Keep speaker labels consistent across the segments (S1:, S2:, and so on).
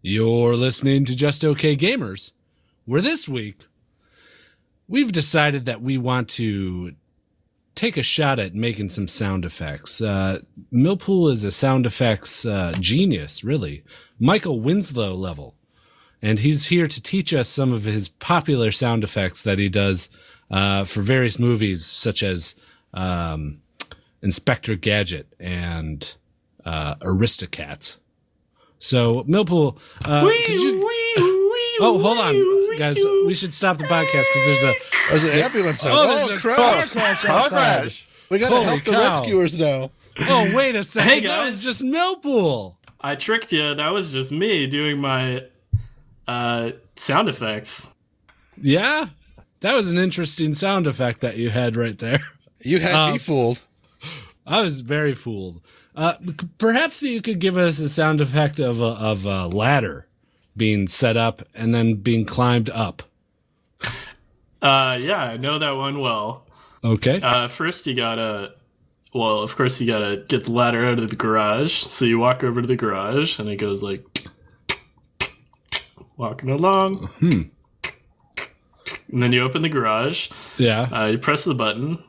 S1: You're listening to Just Okay Gamers, where this week we've decided that we want to take a shot at making some sound effects. Uh, Millpool is a sound effects uh, genius, really, Michael Winslow level. And he's here to teach us some of his popular sound effects that he does uh, for various movies, such as um, Inspector Gadget and uh, Aristocats. So, Millpool, uh, could you. Oh, hold on, guys. We should stop the podcast because there's a
S2: There's an ambulance. now.
S1: Oh,
S2: Oh,
S1: there's a
S2: crap.
S1: car crash
S3: Car
S1: outside.
S3: crash.
S2: We gotta
S1: Holy
S2: help the
S1: cow.
S2: rescuers now.
S1: Oh, wait a second.
S4: Hey,
S1: that
S4: guys.
S1: was just Millpool.
S4: I tricked you. That was just me doing my uh, sound effects.
S1: Yeah. That was an interesting sound effect that you had right there.
S2: You had
S1: Um,
S2: me fooled.
S1: I was very fooled. Uh, c- perhaps you could give us a sound effect of a, of a ladder being set up and then being climbed up.
S4: Uh, yeah, I know that one well.
S1: Okay.
S4: Uh, first, you gotta. Well, of course, you gotta get the ladder out of the garage. So you walk over to the garage, and it goes like. Walking along. And then you open the garage.
S1: yeah.
S4: Uh, you press the button.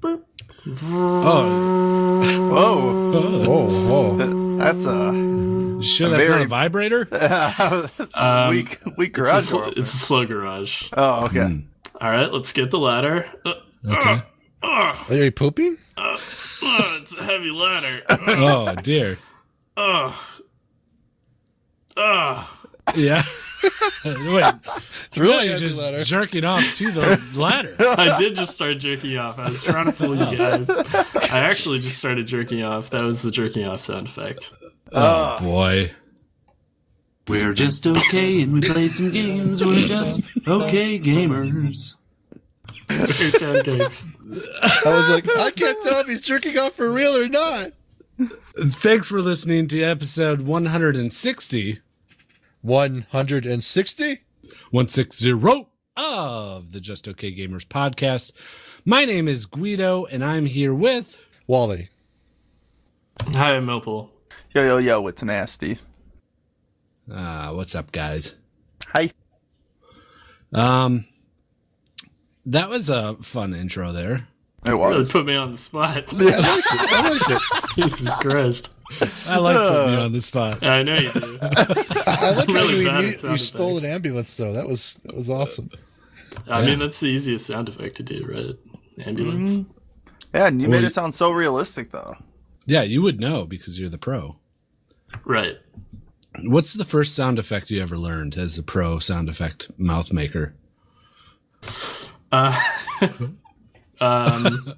S4: Burp.
S1: oh,
S3: Whoa.
S2: Whoa, whoa.
S3: That's a
S1: you sure that's not
S3: very-
S1: a vibrator?
S3: that's a
S4: Um,
S3: weak, weak
S4: It's a,
S3: garage
S4: sl-
S3: door.
S4: it's a slow garage.
S3: Oh, okay.
S4: All right, let's get the ladder. Uh,
S1: Okay.
S2: Are you pooping?
S4: oh, it's a heavy ladder.
S1: Oh, dear.
S4: Oh. Oh.
S1: Yeah. wait.
S2: It's really
S1: You're
S2: heavy
S1: just
S2: letter.
S1: jerking off to the ladder.
S4: I did just start jerking off. I was trying to fool you guys. I actually just started jerking off. That was the jerking off sound effect.
S3: Uh,
S1: Oh, boy.
S5: Uh, We're just okay and we play some games. We're just okay gamers.
S4: Hey, pancakes.
S2: I was like, I can't tell if he's jerking off for real or not.
S1: Thanks for listening to episode 160,
S2: 160?
S1: 160 of the Just Okay Gamers podcast. My name is Guido, and I'm here with.
S2: Wally.
S4: Hi, I'm Millpool.
S3: Yo, yo, yo, it's nasty.
S1: Uh, what's up, guys?
S3: Hi.
S1: Um, that was a fun intro there.
S3: It
S4: Really
S3: was.
S4: put me on the spot.
S2: I liked it. I liked it.
S4: Jesus Christ.
S1: I like putting you on the spot.
S4: I know you do.
S2: I like how
S4: Really
S2: you,
S4: bad at
S2: immediately, you
S4: sound
S2: stole an
S4: effects.
S2: ambulance, though. That was that was awesome.
S4: I
S1: Yeah.
S4: mean, that's the easiest sound effect to do, right? Ambulance.
S3: Yeah, and you
S1: Well,
S3: made
S1: you-
S3: it sound so realistic, though.
S1: Yeah, you would know because you're the pro.
S4: Right.
S1: What's the first sound effect you ever learned as a pro sound effect mouth maker?
S4: Um,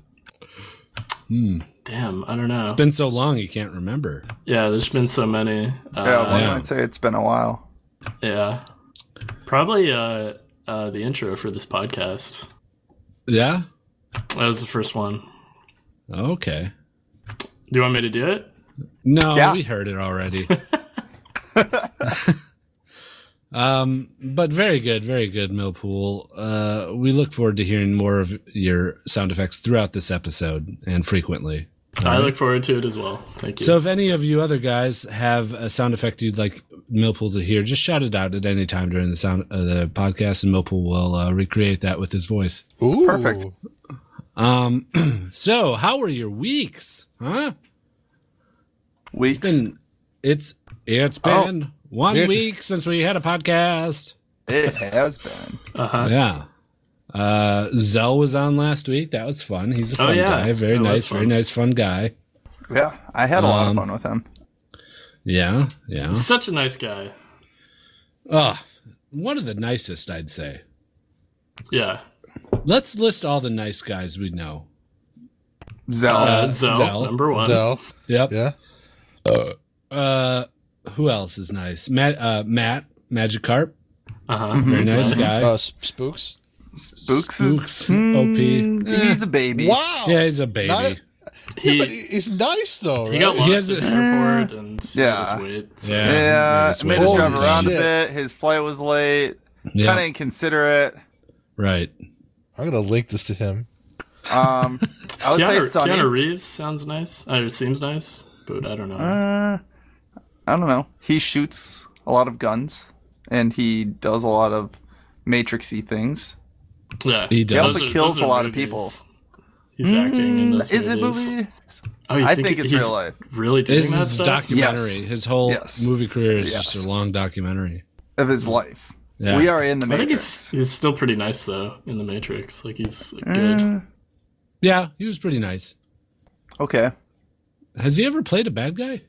S4: Damn, I don't know.
S1: Been so long you can't remember.
S4: Yeah, there's been so many.
S3: Yeah,
S4: Uh,
S3: one
S1: yeah.
S3: might say it's been a while.
S4: yeah. Probably uh, uh, the intro for this podcast.
S1: Yeah?
S4: That was the first one.
S1: Okay.
S4: Do you want me to do it?
S1: No,
S3: Yeah.
S1: we heard it already. um, but very good, very good, Millpool. Uh, we look forward to hearing more of your sound effects throughout this episode and frequently.
S4: I look forward to it as well. Thank you.
S1: So, if any of you other guys have a sound effect you'd like Millpool to hear, just shout it out at any time during the sound uh, the podcast, and Millpool will uh, recreate that with his voice.
S2: Ooh.
S3: Perfect.
S1: Um, so how were your weeks? Huh?
S3: Weeks.
S1: Been- it's it's been one
S2: Yeah.
S1: week since we had a podcast.
S3: It has been.
S4: uh-huh.
S1: Yeah. Uh, Zell was on last week. That was fun. He's a
S4: Oh,
S1: fun
S4: yeah.
S1: guy. Very
S4: That was
S1: nice,
S4: fun.
S1: very nice, fun guy.
S3: Yeah, I had a lot
S1: Um,
S3: of fun with him.
S1: Yeah, yeah.
S4: Such a nice guy.
S1: Ah, one of the nicest, I'd say.
S4: Yeah.
S1: Let's list all the nice guys we know.
S3: Zell.
S4: Uh, Zell,
S1: Zell.
S4: number one.
S2: So,
S1: Yep.
S2: yeah.
S1: Uh, who else is nice? Matt, uh, Matt, Magikarp.
S4: Uh-huh.
S3: Mhm.
S1: Very nice guy.
S2: Uh, sp- spooks.
S3: Spooks is.
S1: Spooks, OP.
S3: Mm, He's a baby.
S2: Wow.
S1: Yeah, he's a baby.
S2: Not a- But
S4: He,
S2: he- he's nice, though,
S4: he
S2: right?
S4: got lost
S1: He has
S4: at
S1: a-
S4: the airport and
S3: Yeah.
S4: yeah. just wait. So.
S1: Yeah.
S3: Yeah,
S1: Nice
S3: it made us
S1: one.
S3: drive
S2: Holy
S3: around
S2: shit.
S3: a bit. His flight was late.
S1: Yeah.
S3: Kind of inconsiderate.
S1: Right.
S2: I'm going to link this to him.
S3: Um, I would say
S4: Keanu,
S3: Sunny.
S4: Keanu Reeves sounds nice. Uh, it seems nice, but I don't know.
S3: eh, Uh, I don't know. He shoots a lot of guns, and he does a lot of Matrixy things.
S4: Yeah,
S1: He does. He also
S4: Those are-
S3: kills
S4: those are
S3: a lot of
S4: movies.
S3: people. Mm,
S4: He's acting in those
S3: Is it
S4: movies.
S3: movie?
S4: Oh, you
S3: I think it's
S4: he's
S3: real life.
S4: Really doing that
S1: It's a
S4: stuff?
S1: documentary.
S3: Yes.
S1: His whole
S3: Yes.
S1: movie career is
S3: Yes.
S1: just a long documentary.
S3: Of his life.
S1: Yeah.
S3: We are in the
S4: I
S3: Matrix.
S4: think it's he's still pretty nice though in the Matrix. Like he's good.
S3: Mm.
S1: Yeah, he was pretty nice.
S3: Okay.
S1: Has he ever played a bad guy?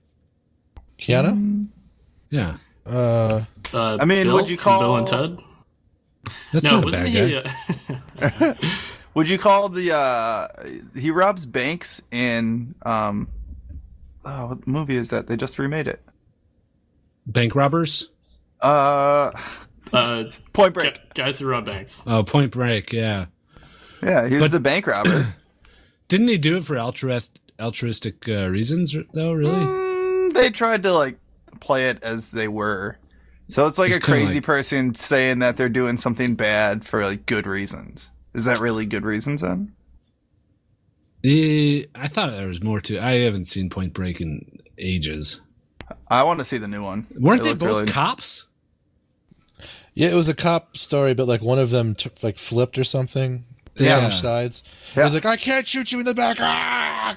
S2: Keanu?
S1: Yeah,
S2: Uh,
S4: Uh,
S3: I mean,
S4: Bill
S3: would you
S4: from
S3: call-
S4: Bill and Ted?
S1: that's
S4: No,
S1: not a
S4: wasn't
S1: bad
S4: he?
S1: guy.
S4: uh,
S3: Would you call the uh he robs banks in um oh, what movie is that? They just remade it.
S1: Bank robbers.
S3: Uh
S4: uh,
S3: Point Break.
S4: gu- guys who rob banks.
S1: Oh, Point Break. Yeah,
S3: Yeah, he was
S1: But-
S3: the bank robber.
S1: didn't he do it for altruist, altruistic uh, reasons r- though? Really?
S3: Mm, they tried to like play it as they were. So it's like
S1: It's
S3: a
S1: kinda
S3: crazy
S1: like-
S3: person saying that they're doing something bad for like good reasons. Is that really good reasons then?
S1: Eh, I thought there was more to. I haven't seen Point Break in ages.
S3: I want to see the new one.
S1: Weren't
S3: It
S1: they
S3: looked
S1: both
S3: really-
S1: cops?
S2: yeah, it was a cop story, but like one of them t- like flipped or something.
S1: Yeah.
S2: Changed sides. It
S3: Yeah.
S2: was like, I can't shoot you in the back. Ah!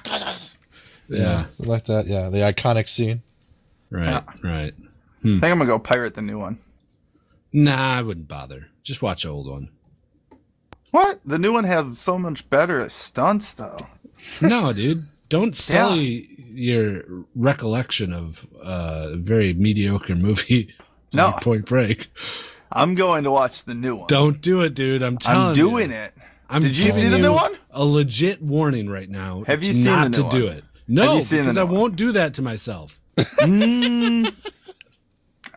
S1: Yeah.
S2: Like that. Yeah, the iconic scene.
S1: Right. Right.
S3: I think I'm gonna go pirate the new one.
S1: Nah, I wouldn't bother. Just watch the old one.
S3: What? The new one has so much better stunts though.
S1: No, dude. Don't sully your recollection of uh, a very mediocre movie.
S3: No.
S1: like Point Break.
S3: I'm going to watch the new one.
S1: Don't do it, dude. I'm telling
S3: I'm doing
S1: you.
S3: it.
S1: I'm
S3: Did you
S1: giving
S3: see the
S1: you
S3: new one?
S1: A legit warning right now.
S3: Have you
S1: to
S3: seen the
S1: not
S3: new
S1: to do
S3: one?
S1: it? No,
S3: you seen the
S1: because I
S3: new one?
S1: won't do that to myself.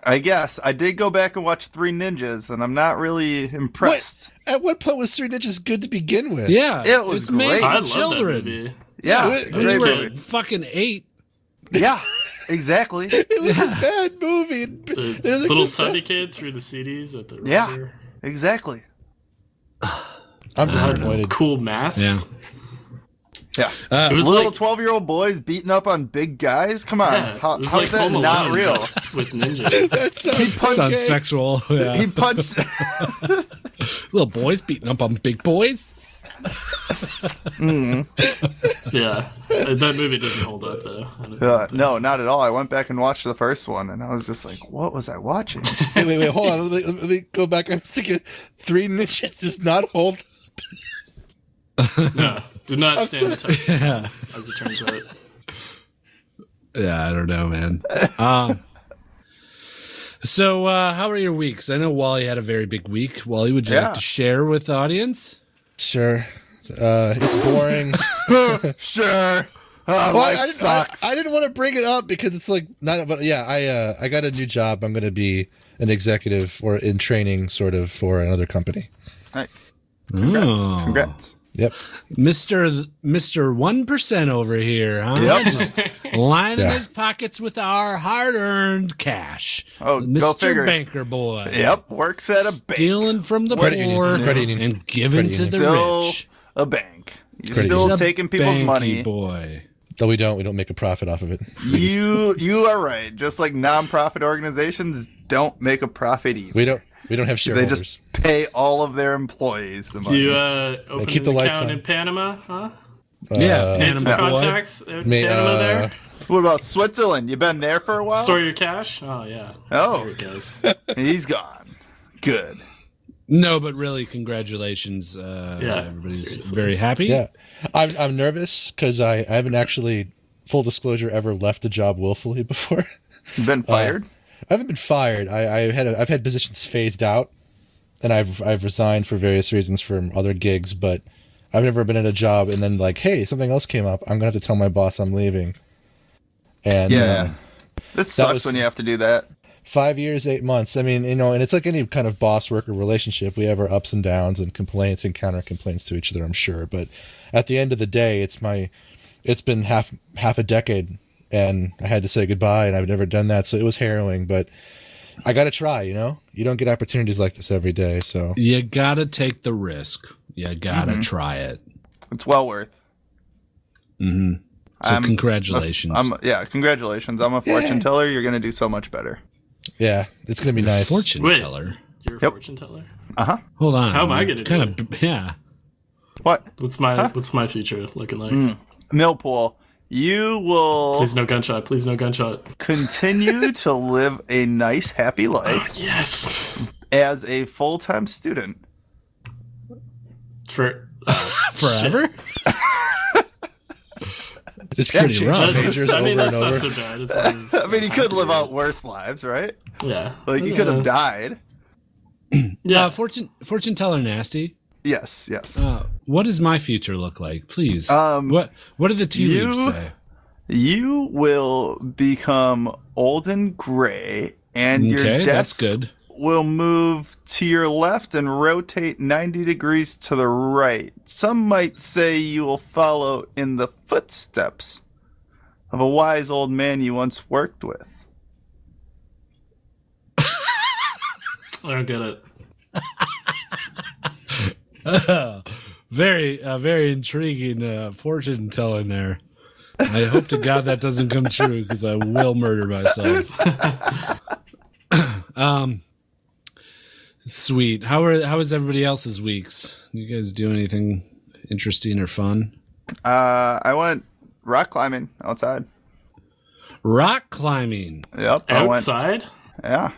S3: I guess I did go back and watch Three Ninjas, and I'm not really impressed.
S2: At what point was Three Ninjas good to begin with?
S1: Yeah,
S3: It was
S1: it's made
S3: great.
S1: for
S4: I love
S1: children.
S4: that movie.
S3: Yeah,
S2: It was-
S1: We
S3: great
S1: were
S3: movie.
S1: fucking eight.
S3: yeah, exactly.
S2: It was a bad movie.
S4: The
S2: There's a
S4: little
S2: good fact.
S4: tubby kid threw the CDs at the
S3: Yeah.
S4: razor.
S3: Exactly.
S2: I'm
S4: It had
S2: disappointed.
S4: Cool masks.
S3: Yeah,
S4: It was
S3: little
S4: like
S3: twelve-year-old boys beating up on big guys. Come on,
S4: yeah,
S3: how,
S4: it was
S3: how's
S4: like
S3: that
S4: Home
S3: not
S4: Alone,
S3: real?
S4: but With ninjas.
S2: That sounds so
S1: Sounds
S2: gay.
S1: sexual. Yeah.
S3: He punched.
S1: Little boys beating up on big boys.
S4: yeah, Uh, that movie doesn't hold up though. I don't-
S3: Uh, no, not at all. I went back and watched the first one, and I was just like, "What was I watching?"
S2: Wait, wait, wait. Hold on. Let me, let me go back. I'm thinking Three Ninjas does not hold.
S4: No, do not stand the test,
S1: Yeah.
S4: as it turns out.
S1: Yeah, I don't know, man. Um, so, uh, how are your weeks? I know Wally had a very big week. Wally, would you
S3: Yeah.
S1: like to share with the audience?
S2: Sure. Uh, it's boring.
S3: sure, oh,
S2: Well, I-
S3: life
S2: I, didn't, I-
S3: sucks.
S2: I, didn't want to bring it up because it's like not. But yeah, I uh, I got a new job. I'm going to be an executive or in training, sort of, for another company.
S3: Hey, Congrats!
S1: Oh.
S3: Congrats!
S2: Yep.
S1: Mr. Mr. 1% over here, huh?
S3: Yep.
S1: Just lining
S2: Yeah.
S1: his pockets with our hard earned cash.
S3: Oh, go
S1: Mr.
S3: figure.
S1: Banker Boy.
S3: Yep, works at a bank.
S1: Stealing from the
S2: Credit union.
S1: poor
S2: Credit union.
S1: and giving
S2: Credit
S1: to
S2: union.
S1: the
S3: still
S1: rich.
S3: a bank. You're
S2: Crazy.
S3: still
S1: He's a
S3: taking people's
S1: banky
S3: money.
S1: Boy.
S2: Though we don't, we don't make a profit off of it.
S3: You you are right. Just like nonprofit organizations don't make a profit either.
S2: We don't. We don't have
S3: They
S2: shareholders.
S3: just pay all of their employees the money.
S4: You uh, opened
S2: keep
S4: an
S2: the lights
S4: account
S2: on.
S4: in Panama, huh?
S1: yeah,
S2: Uh,
S4: Made some
S1: Panama boy.
S4: contacts in
S2: May-
S4: Panama
S2: uh,
S4: there.
S3: what about Switzerland? You been there for a while?
S4: Store your cash. Oh yeah.
S3: Oh,
S4: It goes.
S3: he's gone. Good.
S1: No, but really, congratulations. Uh,
S4: Yeah,
S1: everybody's
S4: seriously.
S1: very happy.
S2: Yeah, I'm I'm nervous because I, I haven't actually full disclosure ever left the job willfully before.
S3: You've been fired.
S2: I haven't been fired. I, I had a, I've had positions phased out, and I've I've resigned for various reasons from other gigs, but I've never been at a job and then like, hey, something else came up. I'm gonna have to tell my boss I'm leaving. And
S3: yeah.
S2: um,
S3: that sucks
S2: was-
S3: when you have to do that.
S2: five years, eight months. I mean, you know, and it's like any kind of boss worker relationship. We have our ups and downs and complaints and counter complaints to each other, I'm sure. But at the end of the day, it's my, it's been half half a decade, and I had to say goodbye, and I've never done that, so it was harrowing. But I got to try, you know. You don't get opportunities like this every day, so
S1: You gotta take the risk. You gotta
S3: Mm-hmm.
S1: try it.
S3: It's well worth.
S1: So
S3: I'm-
S1: congratulations.
S3: I'm yeah. Congratulations. I'm a fortune teller. You're gonna do so much better.
S2: Yeah, it's gonna be nice.
S1: Fortune
S4: Wait.
S1: teller.
S4: You're a
S3: Yep.
S4: fortune teller.
S1: Hold on.
S4: How am I gonna do
S1: Kind of. Yeah.
S3: What?
S4: What's my What's my future looking like?
S3: Hmm. Millpool, you will
S4: Please no gunshot. Please no gunshot.
S3: continue to live a nice, happy life
S4: Yes.
S3: as a full time student.
S4: For
S1: Forever.
S2: It's
S3: Yeah,
S2: pretty
S3: change
S2: rough.
S4: that's,
S2: Majors
S4: I mean,
S2: over and
S4: that's
S2: over.
S4: not so bad. It's always-
S3: I mean, you could live out worse lives, right?
S4: Yeah.
S3: Like, you could
S4: Yeah.
S3: have died.
S4: Yeah.
S1: Uh, fortune fortune teller nasty.
S3: Yes, yes.
S1: Uh, what does my future look like, please?
S3: Um,
S1: what What do the tea
S3: you-
S1: leaves say?
S3: You will become old and gray, and
S1: Okay,
S3: your
S1: that's
S3: desk
S1: good.
S3: will move to your left and rotate 90 degrees to the right. Some might say you will follow in the footsteps of a wise old man you once worked with.
S4: I don't get it.
S1: Very, uh, very intriguing uh, fortune telling there. I hope to God that doesn't come true because I will murder myself. um, sweet. How are how is everybody else's weeks? You guys do anything interesting or fun?
S3: Uh, I went rock climbing outside.
S1: Rock climbing.
S3: Yep, I went.
S4: Outside.
S3: Yeah.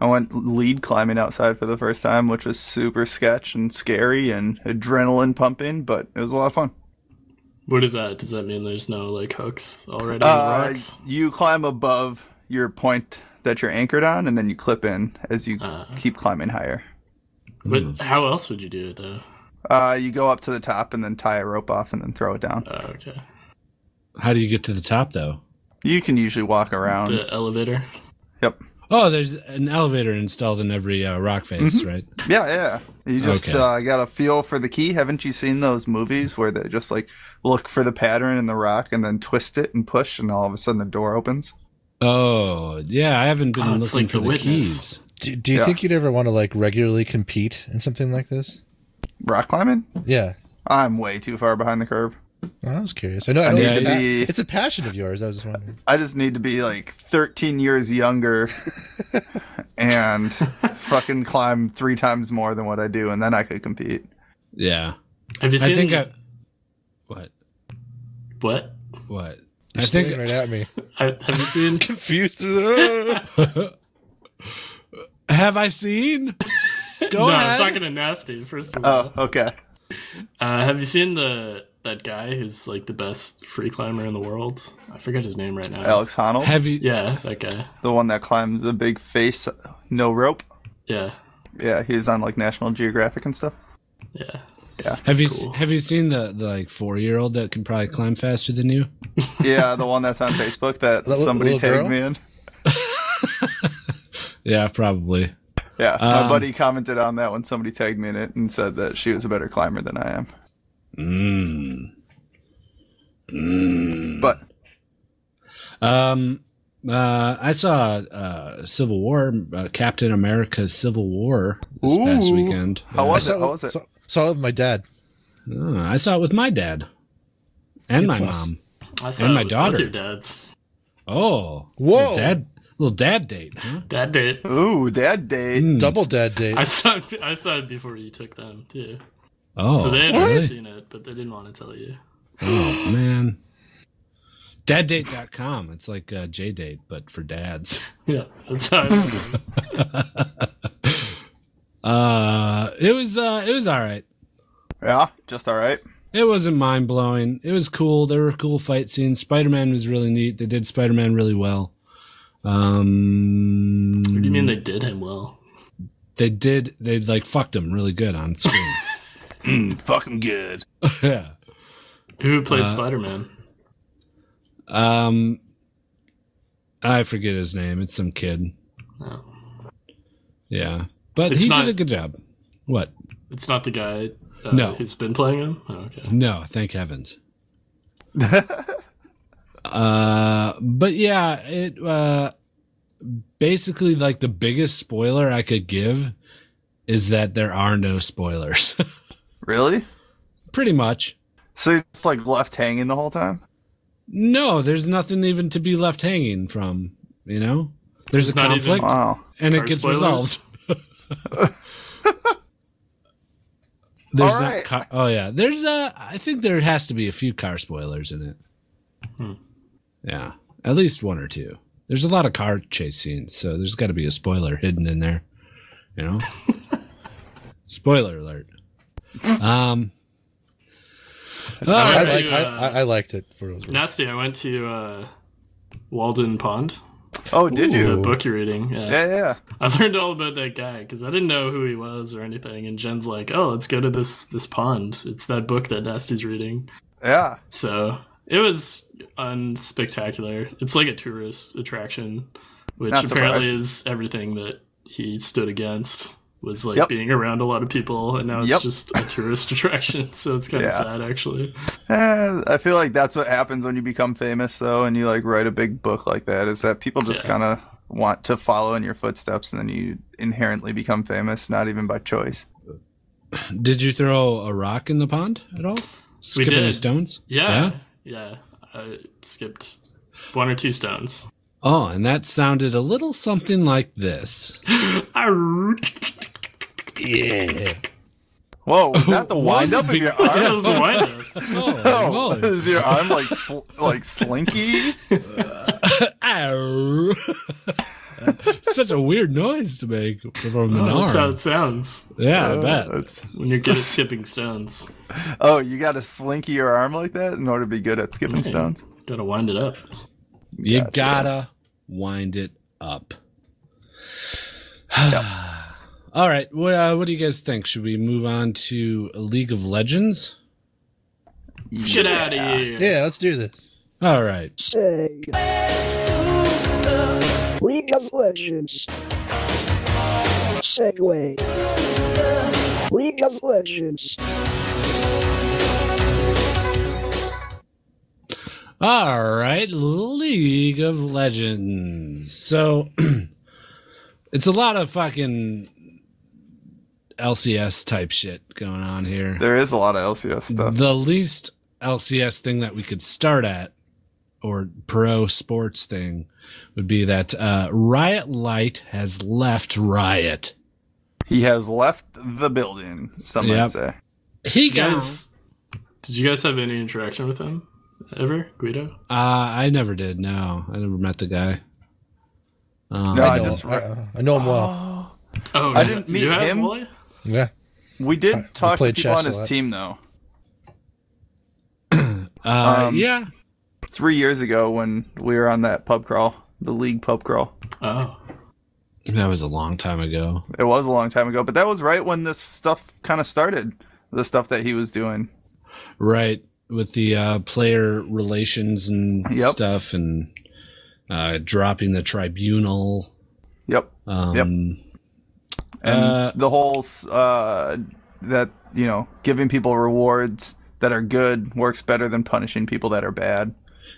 S3: I went lead climbing outside for the first time, which was super sketch and scary and adrenaline pumping, but it was a lot of fun.
S4: What is that? Does that mean there's no like hooks already?
S3: Uh,
S4: rocks?
S3: you climb above your point that you're anchored on, and then you clip in as you
S4: Ah.
S3: keep climbing higher.
S1: Hmm.
S4: But how else would you do it though?
S3: Uh, you go up to the top and then tie a rope off and then throw it down.
S4: Oh, okay.
S1: How do you get to the top though?
S3: You can usually walk around.
S4: The elevator.
S3: Yep.
S1: Oh, there's an elevator installed in every uh, rock face,
S4: Mm-hmm.
S1: right?
S3: Yeah, yeah. You just
S1: Okay.
S3: uh, got a feel for the key. Haven't you seen those movies where they just like look for the pattern in the rock and then twist it and push, and all of a sudden the door opens?
S1: Oh, yeah. I haven't been
S4: Oh, it's
S1: looking
S4: like
S1: for
S4: The
S1: the, keys.
S4: Witness.
S2: Do, do you
S3: Yeah.
S2: think you'd ever want to like regularly compete in something like this?
S3: Rock climbing?
S2: Yeah.
S3: I'm way too far behind the curve.
S2: Well, I was curious. I know, I know
S1: mean,
S2: it's, a
S1: I-
S2: pa-
S3: the-
S2: it's a passion of yours. I was just wondering.
S3: I just need to be like 13 years younger and fucking climb three times more than what I do, and then I could compete.
S1: Yeah.
S4: Have you seen?
S1: I think I. What?
S4: What?
S1: What?
S2: You're
S1: I
S2: staring
S1: think.
S2: right at me.
S4: I, have you seen?
S2: Confused. no,
S1: Have I seen? Go
S4: no,
S1: ahead.
S4: I'm talking to nasty. First of all,
S3: Oh, okay.
S4: uh, have you seen the that guy who's like the best free climber in the world? I forget his name right now.
S3: Alex Honnold,
S1: Have you?
S4: Yeah, that guy.
S3: the one that climbed the big face, no rope.
S4: Yeah,
S3: Yeah, he was on like National Geographic and stuff.
S4: yeah.
S1: Have you?
S4: Cool.
S1: Have you seen the, the like four year old that can probably climb faster than you?
S3: Yeah, the one that's on Facebook that
S2: li-
S3: somebody
S2: little girl?
S3: tagged me in.
S1: Yeah, probably.
S3: Yeah,
S1: Um,
S3: my buddy commented on that when somebody tagged me in it and said that she was a better climber than I am.
S1: Mm.
S3: But
S1: Um. Uh, I saw uh, Civil War, uh, Captain America's Civil War this past
S3: Ooh.
S1: weekend.
S3: how
S1: Uh,
S3: was it? How was it?
S2: Saw, saw it with my dad.
S1: Oh, I saw it with my dad and
S2: A
S1: my
S2: plus.
S1: mom.
S4: I saw
S1: And
S4: it
S1: my
S4: with
S1: daughter.
S4: Both your dads.
S1: Oh,
S2: Whoa.
S1: little dad, little dad date, huh?
S4: Dad date.
S3: Ooh, dad date.
S2: Double dad date.
S4: I saw. It, I saw it before you took them too.
S1: Oh,
S4: So they had
S1: really?
S4: already seen it, but they didn't want to tell you.
S1: oh man, daddate.com. It's like uh, J date, but for dads.
S4: Yeah, that's how. I
S1: Uh, it was uh, it was all right.
S3: Yeah, just all right.
S1: It wasn't mind blowing. It was cool. There were cool fight scenes. Spider Man was really neat. They did Spider Man really well. Um,
S4: What do you mean they did him well?
S1: they did. They like fucked him really good on screen.
S3: Fuck him good.
S1: yeah.
S4: Who
S1: Uh,
S4: played Spider Man?
S1: Um, I forget his name. It's some kid.
S4: No,
S1: Yeah, but
S4: Oh. It's
S1: he
S4: not-
S1: did a good job. What?
S4: it's not the guy. Uh,
S1: No.
S4: who's been playing him? Oh, okay.
S1: No, thank heavens. uh, but yeah, it uh, basically like the biggest spoiler I could give is that there are no spoilers.
S3: Really?
S1: Pretty much.
S3: So you're just like left hanging the whole time?
S1: No, there's nothing even to be left hanging from. You know, There's a
S4: not even-
S1: conflict,
S3: Wow.
S1: and it
S4: Car
S1: gets
S4: spoilers?
S1: resolved. There's not.
S3: All right.
S1: Car- oh yeah, there's. Uh, I think there has to be a few car spoilers in it.
S4: Hmm.
S1: Yeah, at least one or two. There's a lot of car chase scenes, so there's got to be a spoiler hidden in there. You know, spoiler alert. Um. all
S4: I
S2: I,
S1: right.
S4: like-
S2: like, I, I, I liked it for those. reasons.
S4: Nasty, I went to uh, Walden Pond,
S3: Oh, did
S4: the
S3: you?
S4: book you're reading. Yeah.
S3: Yeah, yeah.
S4: I learned all about that guy because I didn't know who he was or anything. And Jen's like, "Oh, let's go to this this pond. It's that book that Nasty's reading."
S3: Yeah.
S4: So it was unspectacular. It's like a tourist attraction, which
S3: Not
S4: apparently
S3: surprised.
S4: is everything that he stood against was like
S3: Yep.
S4: being around a lot of people, and now it's
S3: Yep.
S4: just a tourist attraction. So it's kind
S3: Yeah.
S4: of sad, actually.
S3: Eh, I feel like that's what happens when you become famous, though, and you like write a big book like that. Is that people just
S4: Yeah.
S3: kind of want to follow in your footsteps, and then you inherently become famous, not even by choice.
S1: Did you throw a rock in the pond at all? Skip
S4: did.
S1: any stones?
S4: Yeah, yeah. I skipped one or two stones.
S1: Oh, and that sounded a little something like this.
S4: Arr-
S2: Yeah.
S3: Whoa, was that the
S1: Was
S3: wind up of
S1: big-
S3: your arm?
S4: That was wild.
S1: Oh, no.
S3: Is your arm like sl- like slinky?
S1: Ow. Such a weird noise to make from an
S4: Oh, that's how
S1: arm.
S4: it sounds
S1: Yeah, I bet.
S3: That's-
S4: when you're good at skipping stones.
S3: oh, you got to slinky your arm like that in order to be good at skipping stones.
S4: Gotta wind it up.
S1: You gotta wind it up. All right, what, uh, what do you guys think? Should we move on to League of Legends?
S4: Get out of here.
S2: Yeah, let's do this.
S1: All right.
S6: League of Legends. Segway. League of Legends.
S1: All right, League of Legends. So it's a lot of fucking LCS type shit going on here.
S3: There is a lot of LCS stuff.
S1: The least LCS thing that we could start at, or pro sports thing, would be that uh, Riot Light has left Riot.
S3: He has left the building. Some
S1: Yep.
S3: might say.
S1: He
S4: You
S1: got.
S4: guys, did you guys have any interaction with him ever, Guido?
S1: Uh, I never did. No, I never met the guy.
S3: No, I,
S2: I know,
S3: just
S2: I, uh, I know him well.
S4: Oh,
S3: I didn't
S4: you
S3: meet
S4: have,
S3: him.
S4: Wally?
S2: Yeah.
S3: we did
S2: I-
S3: talk
S2: we
S3: to
S2: played
S3: people on
S2: chess a
S3: his
S2: lot.
S3: team though.
S1: Uh,
S3: Um,
S1: yeah,
S3: Three years ago when we were on that pub crawl, the league pub crawl.
S4: Oh,
S1: that was a long time ago.
S3: It was a long time ago, but that was right when this stuff kind of started. The stuff that he was doing.
S1: Right. With the uh, player relations and
S3: Yep.
S1: stuff and uh, dropping the tribunal.
S3: Yep.
S1: Um,
S3: and
S1: Uh,
S3: the whole s- uh, that you know giving people rewards that are good works better than punishing people that are bad.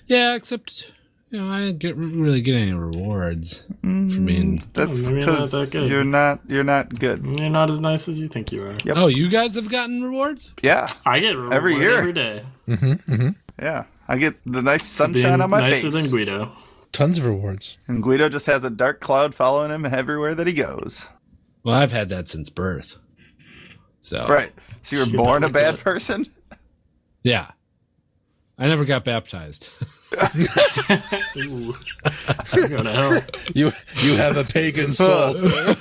S1: Yeah, except, you know, I didn't get, really get any rewards for
S3: Mm,
S1: being.
S3: Mm-hmm. That's
S4: maybe not
S3: because
S4: Hmm. that good.
S3: you're not you're not good.
S4: you're not as nice as you think you are.
S3: Yep.
S1: Oh, you guys have gotten rewards?
S3: Yeah,
S4: I get rewarded
S3: Every year.
S4: every day.
S3: yeah. I get the nice
S4: Being
S3: sunshine on my
S4: nicer than
S3: face,
S4: Guido.
S2: Tons of rewards.
S3: and Guido just has a dark cloud following him everywhere that he goes.
S1: Well, I've had that since birth. So,
S3: Right. So you were
S4: Oh, Shit,
S3: born
S4: I
S3: a
S4: like
S3: bad
S4: that.
S3: person.
S1: Yeah. I never got baptized.
S4: Ooh. Go to hell.
S2: You you have a pagan soul. sir.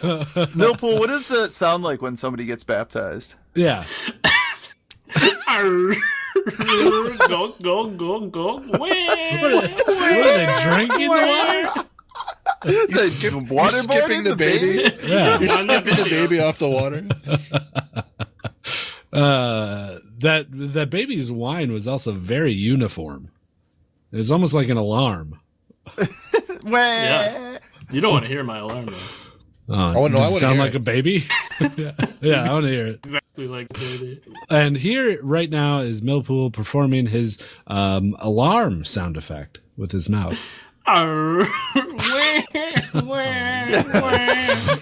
S3: Millpool, what does that sound like when somebody gets baptized?
S1: yeah.
S4: Arr. go, go, go, go. Whee.
S1: What are they drinking the water?
S3: You skip,
S2: You're skipping the baby.
S1: Yeah.
S2: You're
S4: On that
S2: skipping the
S4: video.
S2: baby off the water.
S1: Uh, that that baby's whine was also very uniform. It was almost like an alarm.
S3: Wah.
S4: Yeah. You don't want to hear my alarm, though.
S1: Uh,
S2: wanna- Oh, I
S1: does it
S2: wanna
S1: sound
S2: hear
S1: like
S2: it.
S1: a baby. yeah, I want to hear it.
S4: Exactly like baby.
S1: And here, right now, is Millpool performing his um, alarm sound effect with his mouth.
S4: Arr. Whee. Whee. Whee.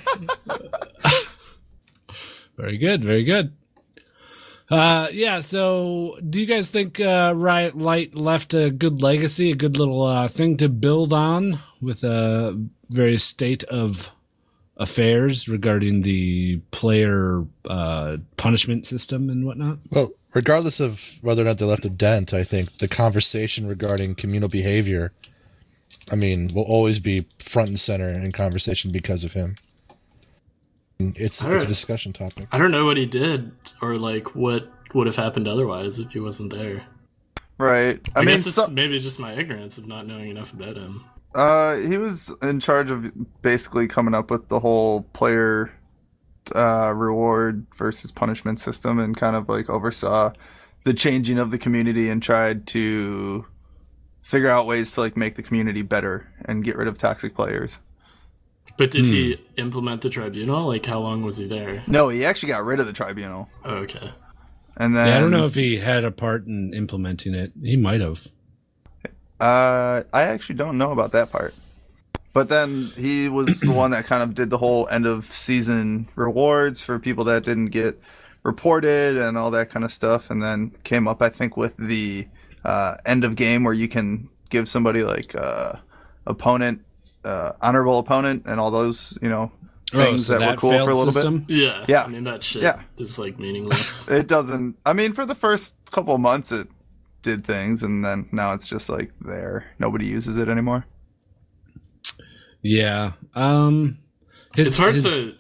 S1: Very good, very good. Uh, yeah. So, do you guys think uh, Riot Light left a good legacy, a good little uh, thing to build on with uh, various state of affairs regarding the player uh, punishment system and whatnot?
S2: Well, regardless of whether or not they left a dent, I think the conversation regarding communal behavior, I mean, will always be front and center in conversation because of him. And It's
S4: All
S2: it's a
S4: right.
S2: discussion topic.
S4: I don't know what he did or like what would have happened otherwise if he wasn't there.
S3: Right. I,
S4: I,
S3: mean,
S4: guess it's
S3: some-
S4: maybe just my ignorance of not knowing enough about him.
S3: Uh, he was in charge of basically coming up with the whole player uh, reward versus punishment system, and kind of like oversaw the changing of the community and tried to figure out ways to like make the community better and get rid of toxic players.
S4: But did he
S3: Hmm.
S4: implement the tribunal? Like, how long was he there?
S3: No, he actually got rid of the tribunal,
S4: Oh, okay.
S3: and then
S1: Yeah, I don't know if he had a part in implementing it. He might have.
S3: Uh, I actually don't know about that part. But then he was the one that kind of did the whole end of season rewards for people that didn't get reported and all that kind of stuff. And then came up, I think, with the uh, end of game where you can give somebody like uh, opponent, uh, honorable opponent, and all those you know things
S1: Oh, so
S3: that, were cool
S1: failed
S3: for a little bit.
S4: Yeah.
S3: Yeah.
S4: I mean, that shit
S3: Yeah.
S4: is like meaningless.
S3: It doesn't. I mean, for the first couple months, it did things, and then now it's just like there. Nobody uses it anymore.
S1: Yeah. Um, his-
S4: it's hard
S1: his-
S4: to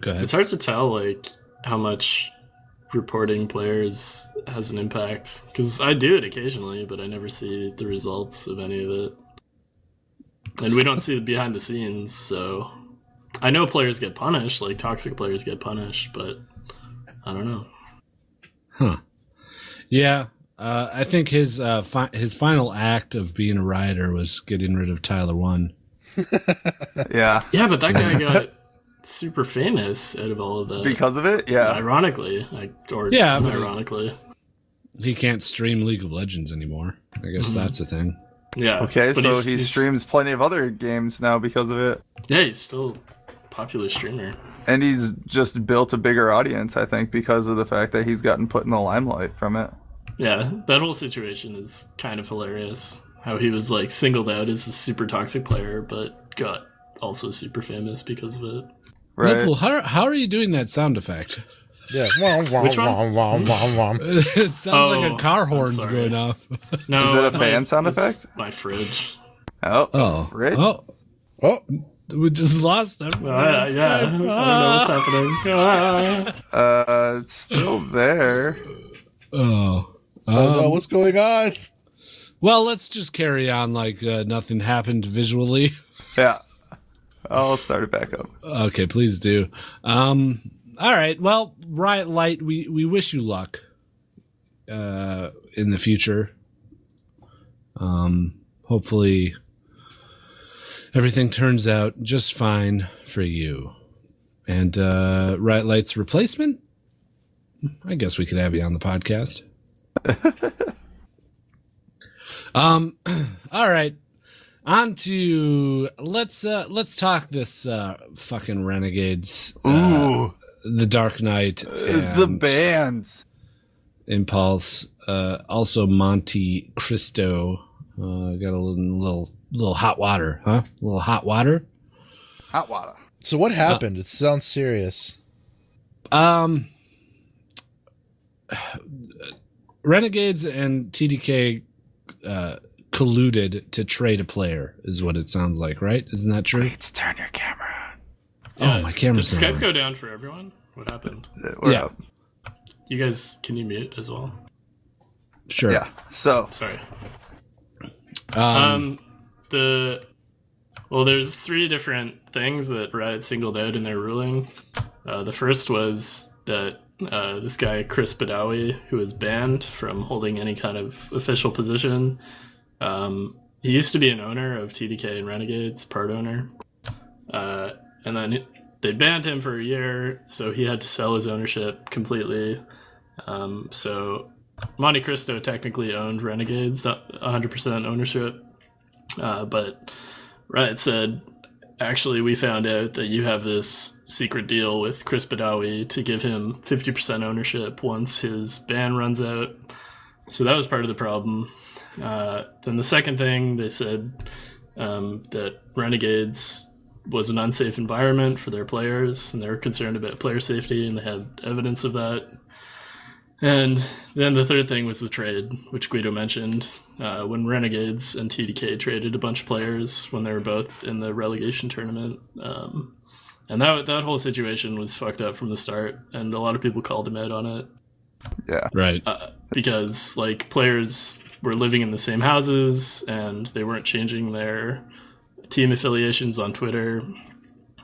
S1: Go ahead.
S4: it's hard to tell like how much reporting players has an impact because I do it occasionally, but I never see the results of any of it, and we don't see the behind the scenes. So I know players get punished, like toxic players get punished, but I don't know.
S1: Yeah, uh, I think his uh, fi- his final act of being a rioter was getting rid of Tyler One.
S3: Yeah.
S4: Yeah, but that guy got super famous out of all of that.
S3: because of it yeah
S4: ironically, I, or
S1: Yeah, but-
S4: ironically,
S1: He can't stream League of Legends anymore. I guess that's a thing.
S4: yeah.
S3: okay
S4: but
S3: so
S4: he's-
S3: he
S4: he's-
S3: streams plenty of other games now because of it
S4: Yeah, he's still a popular streamer.
S3: and he's just built a bigger audience i think because of the fact that he's gotten put in the limelight from it
S4: Yeah, that whole situation is kind of hilarious. How he was like singled out as a super toxic player, but got also super famous because of it.
S3: right
S1: Deadpool, how, how are you doing that sound effect?
S2: Yeah. Wah, wah,
S4: Which
S2: wah,
S4: one?
S2: wah, wah, wah.
S1: it sounds like
S4: Oh,
S1: a car
S4: I'm
S1: horn's
S4: sorry.
S1: going off.
S4: No,
S3: Is that a
S4: my-
S3: fan sound
S4: Oh, it's
S3: effect?
S4: My fridge.
S3: oh,
S1: Oh,
S3: Red?
S1: oh,
S2: Oh,
S1: we just lost.
S4: Ah,
S1: everyone's
S4: yeah,
S1: Skype.
S4: I don't know
S1: Ah.
S4: what's happening. Ah.
S3: uh it's still there
S1: Oh.
S2: oh no, what's going on?
S1: Well, let's just carry on like uh, nothing happened visually.
S3: yeah i'll start it back up
S1: Okay, please do. Um, all right. Well, Riot Light, we, we wish you luck uh, in the future. Um, hopefully, everything turns out just fine for you. And uh, Riot Light's replacement, I guess we could have you on the podcast. um, all right on to let's uh let's talk this uh fucking renegades uh,
S3: ooh
S1: the dark knight
S3: Uh, the
S1: and
S3: bands
S1: impulse uh also monte cristo uh got a little little little hot water huh a little hot water
S3: hot water
S2: So what happened? it sounds serious.
S1: Um, Renegades and TDK uh, colluded to trade a player, is what it sounds like, right? Isn't that true?
S3: it's turn your camera
S1: Oh, my
S4: Did
S1: camera's
S4: uh, Skype
S1: not on.
S4: go down for everyone? What happened?
S3: on. Uh, We're
S1: Yeah.
S3: up.
S4: You guys, can you mute as well?
S1: Sure.
S3: yeah so
S4: Sorry.
S1: Um,
S4: Um, the well, there's three different things that Riot singled out in their ruling. Uh, the first was that uh, this guy Chris Badawi, who was banned from holding any kind of official position, um, he used to be an owner of TDK and Renegades, part owner, uh, and then they banned him for a year, so he had to sell his ownership completely. Um, so Monte Cristo technically owned Renegades, not 100% ownership. Uh, but Riot said, actually, we found out that you have this secret deal with Chris Badawi to give him 50% ownership once his ban runs out. So that was part of the problem. Uh, then the second thing they said um, that Renegades was an unsafe environment for their players, and they were concerned about player safety, and they had evidence of that. And then the third thing was the trade, which Guido mentioned. Uh, when Renegades and TDK traded a bunch of players when they were both in the relegation tournament, um, and that that whole situation was fucked up from the start, and a lot of people called him out on it
S1: Right.
S4: uh, because like players were living in the same houses and they weren't changing their team affiliations on Twitter.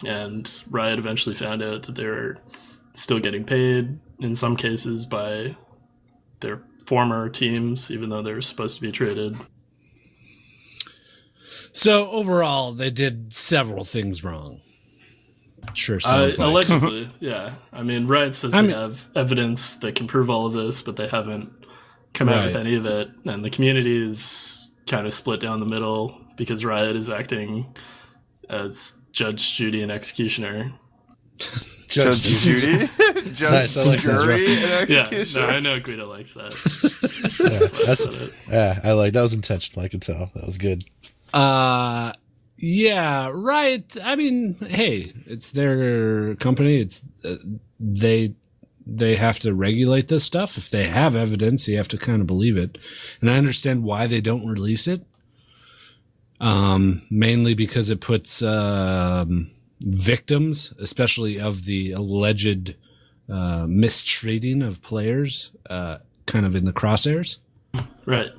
S4: And Riot eventually found out that they were still getting paid in some cases by their former teams, even though they were supposed to be traded.
S1: So overall, they did several things wrong. Sure
S4: Uh,
S1: sounds like.
S4: allegedly, yeah. I mean, Riot says
S1: I
S4: they
S1: mean-
S4: have evidence that can prove all of this, but they haven't come out with
S1: Right.
S4: any of it. And the community is kind of split down the middle because Riot is acting as judge, Judy, and executioner.
S3: Judge Judy, Judge
S2: Nice, I like those
S3: Jury, and
S4: Yeah,
S3: Executioner.
S4: no, I know Guido likes that.
S2: Yeah, that's
S4: Said it.
S2: yeah. I like that was intentional. I could tell that was good.
S1: Uh, yeah, right. I mean, hey, it's their company. It's uh, they they have to regulate this stuff. If they have evidence, you have to kind of believe it. And I understand why they don't release it. Um, mainly because it puts um, victims, especially of the alleged uh, mistreating of players, uh, kind of in the crosshairs.
S4: Right.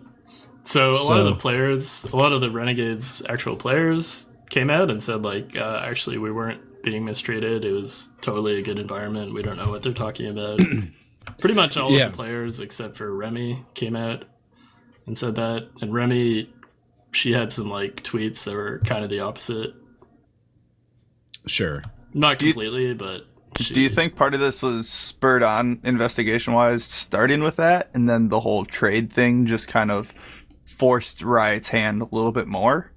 S4: So a lot of
S1: So-
S4: the players, a lot of the Renegades' actual players came out and said, like, uh, actually, we weren't being mistreated. It was totally a good environment. We don't know what they're talking about. Pretty much all
S1: Yeah.
S4: of the players, except for Remy, came out and said that. And Remy, she had some, like, tweets that were kind of the opposite.
S1: Sure.
S4: Not
S3: you-
S4: completely, but. She,
S3: Do you think part of this was spurred on investigation wise, starting with that, and then the whole trade thing just kind of forced Riot's hand a little bit more?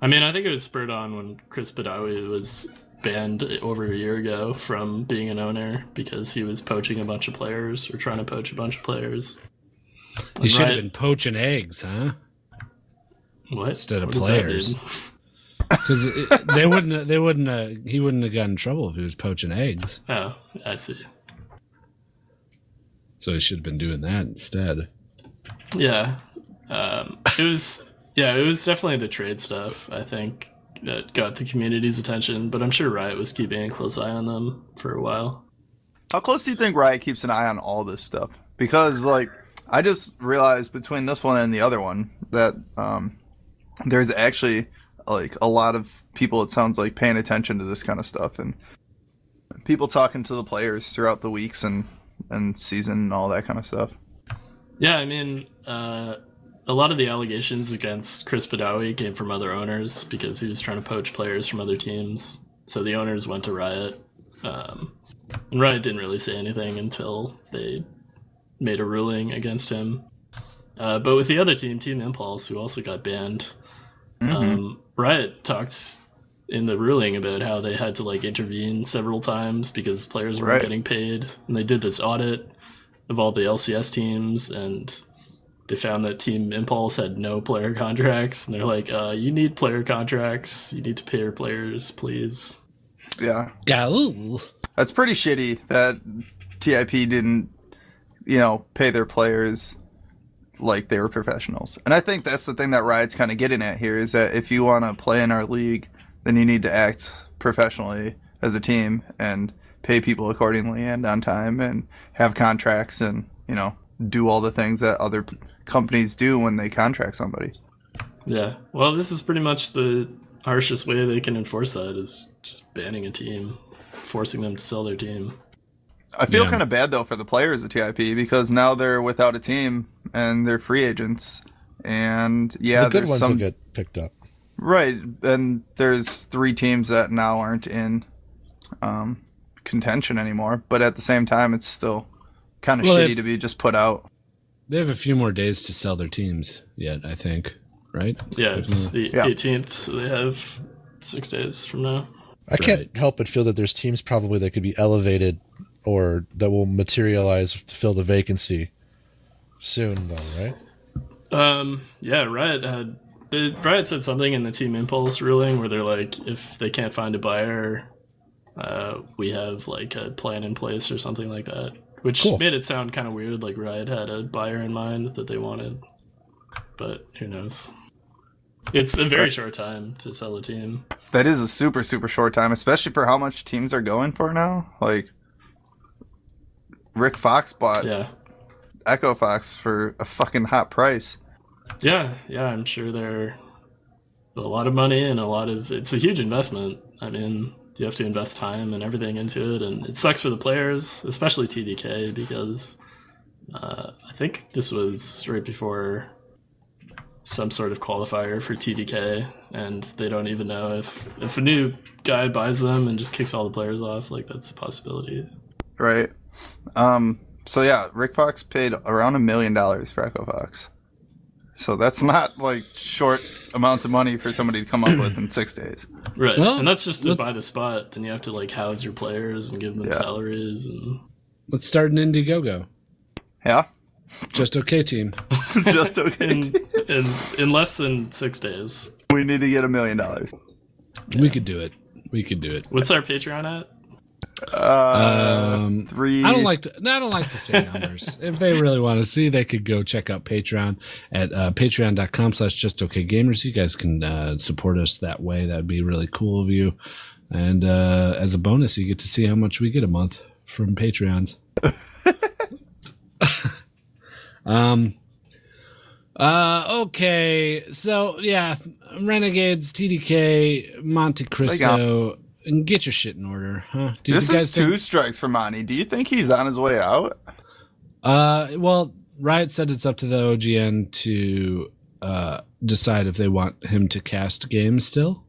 S4: I mean, I think it was spurred on when Chris Badawi was banned over a year ago from being an owner because he was poaching a bunch of players or trying to poach a bunch of players.
S1: You should have
S4: Right.
S1: been poaching eggs, huh?
S4: What?
S1: Instead of
S4: What does that
S1: players.
S4: mean?
S1: Because they wouldn't, they wouldn't, uh, he wouldn't have gotten in trouble if he was poaching eggs.
S4: Oh, I see.
S1: So he should have been doing that instead.
S4: Yeah. Um, it was, yeah, it was definitely the trade stuff, I think, that got the community's attention, but I'm sure Riot was keeping a close eye on them for a while.
S3: How close do you think Riot keeps an eye on all this stuff? Because like I just realized between this one and the other one that um, there's actually like a lot of people. It sounds like paying attention to this kind of stuff and people talking to the players throughout the weeks and and season and all that kind of stuff.
S4: Yeah, I mean, uh, a lot of the allegations against Chris Badawi came from other owners because he was trying to poach players from other teams. So the owners went to Riot. Um, and Riot didn't really say anything until they made a ruling against him. Uh, but with the other team, Team Impulse, who also got banned, um, Riot talked in the ruling about how they had to like intervene several times because players weren't
S3: Right.
S4: getting paid, and they did this audit of all the LCS teams, and they found that Team Impulse had no player contracts, and they're like, uh, "You need player contracts. You need to pay your players, please."
S3: Yeah,
S1: Yeah, ooh.
S3: that's pretty shitty that TIP didn't you know pay their players like they were professionals. And I think that's the thing that Riot's kind of getting at here is that if you want to play in our league, then you need to act professionally as a team and pay people accordingly and on time and have contracts and you know do all the things that other p- companies do when they contract somebody.
S4: Yeah. Well, this is pretty much the harshest way they can enforce that is just banning a team, forcing them to sell their team.
S3: I feel
S1: Yeah.
S3: kind of bad though for the players at TIP because now they're without a team and they're free agents. And yeah,
S2: the good
S3: there's
S2: ones
S3: some
S2: will get picked up.
S3: right, and there's three teams that now aren't in um, contention anymore. But at the same time, it's still kind of
S1: Well,
S3: shitty
S1: it-
S3: to be just put out.
S1: They have a few more days to sell their teams yet, I think. Right?
S4: Yeah, it's the
S3: Yeah.
S4: 18th, so they have six days from now.
S2: I can't
S1: Right.
S2: help but feel that there's teams probably that could be elevated or that will materialize to fill the vacancy soon, though, right?
S4: Um, yeah, Riot had the Riot said something in the Team Impulse ruling where they're like, if they can't find a buyer, uh, we have like a plan in place or something like that, which
S2: Cool.
S4: made it sound kind of weird. Like Riot had a buyer in mind that they wanted, but who knows? It's a very short time to sell a team.
S3: That is a super super short time, especially for how much teams are going for now. Like Rick Fox bought
S4: Yeah,
S3: Echo Fox for a fucking hot price.
S4: yeah, yeah. I'm sure they're a lot of money and a lot of. It's a huge investment. I mean, you have to invest time and everything into it, and it sucks for the players, especially TDK, because uh, I think this was right before some sort of qualifier for TDK, and they don't even know if if a new guy buys them and just kicks all the players off. Like that's a possibility.
S3: Right. Um so yeah, Rick Fox paid around a million dollars for Echo Fox. So that's not like short amounts of money for somebody to come up with in six days.
S4: Right,
S1: Well,
S4: and that's just to
S1: let's-
S4: buy the spot. Then you have to like house your players and give them
S3: Yeah.
S4: salaries and
S1: Let's start an Indiegogo.
S3: Yeah?
S1: Just okay team.
S3: Just okay.
S4: in, in in less than six days.
S3: we need to get a million dollars.
S1: We could do it. We could do it.
S4: What's our Patreon at?
S1: Um,
S3: Uh, Three
S1: I don't like to. no, I don't like to say numbers. if they really want to see, they could go check out Patreon at uh, patreon.com slash just okay gamers. You guys can uh, support us that way. That would be really cool of you. And uh, as a bonus, you get to see how much we get a month from Patreons. um. Uh. Okay. So yeah, Renegades, TDK, Monte Cristo. And get your shit in order, huh? Do
S3: this is
S1: think-
S3: two strikes for Monty. Do you think he's on his way out?
S1: Uh, well, Riot said it's up to the OGN to uh, decide if they want him to cast games still.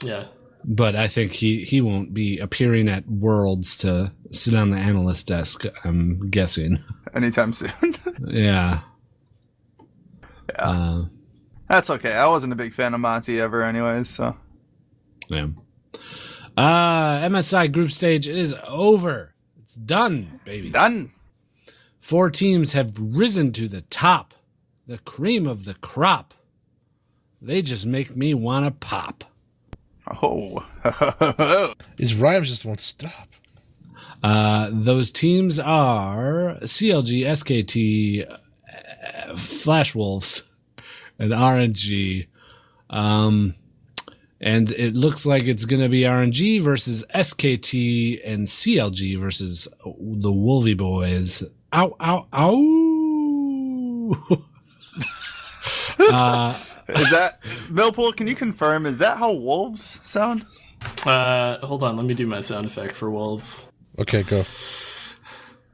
S4: Yeah,
S1: But I think he, he won't be appearing at Worlds to sit on the analyst desk, I'm guessing.
S3: Anytime soon.
S1: Yeah. Uh,
S3: That's okay. I wasn't a big fan of Monty ever, anyways. So
S1: yeah. Uh, MSI group stage is over. It's done, baby.
S3: done.
S1: Four teams have risen to the top, the cream of the crop. They just make me want to pop.
S3: Oh,
S2: These rhymes just won't stop.
S1: Uh, those teams are CLG, SKT, uh, Flash Wolves, and RNG. Um, and it looks like it's going to be RNG versus SKT and CLG versus the Wolvie Boys. Ow, ow, ow. uh,
S3: is that Millpool? Can you confirm? Is that how wolves sound?
S4: Uh, hold on, let me do my sound effect for wolves.
S2: Okay, go.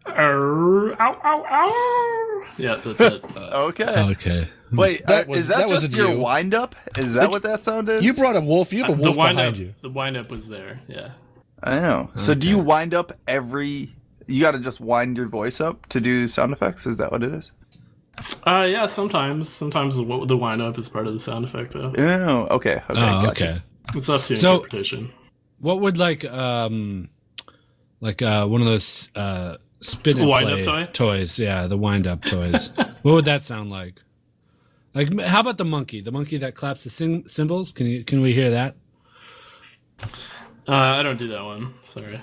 S4: Arr, ow, ow, ow. Yeah, that's it.
S3: Okay.
S1: okay.
S3: Wait,
S2: That
S3: uh,
S2: was-
S3: is that,
S2: that
S3: just
S2: wasn't
S3: your
S2: you.
S3: wind up? Is that what that sound is?
S2: You brought a wolf. You have a
S4: the
S2: wolf
S4: wind
S2: behind
S4: up,
S2: you.
S4: the wind up was there. Yeah,
S3: I know. So do you wind up every? You got to just wind your voice up to do sound effects. Is that what it is?
S4: uh, yeah. Sometimes, sometimes the, wo- the wind up is part of the sound effect, though.
S3: Oh, okay. Okay.
S1: Oh,
S3: gotcha.
S1: okay.
S4: It's up to your
S1: So-
S4: interpretation.
S1: What would like um like uh one of those uh spin and
S4: Wind-up
S1: play
S4: toy?
S1: toys, yeah, the wind up toys. what would that sound like? Like m- how about the monkey? The monkey that claps the sym cymbals? Can you can we hear that?
S4: Uh, I don't do that one. Sorry.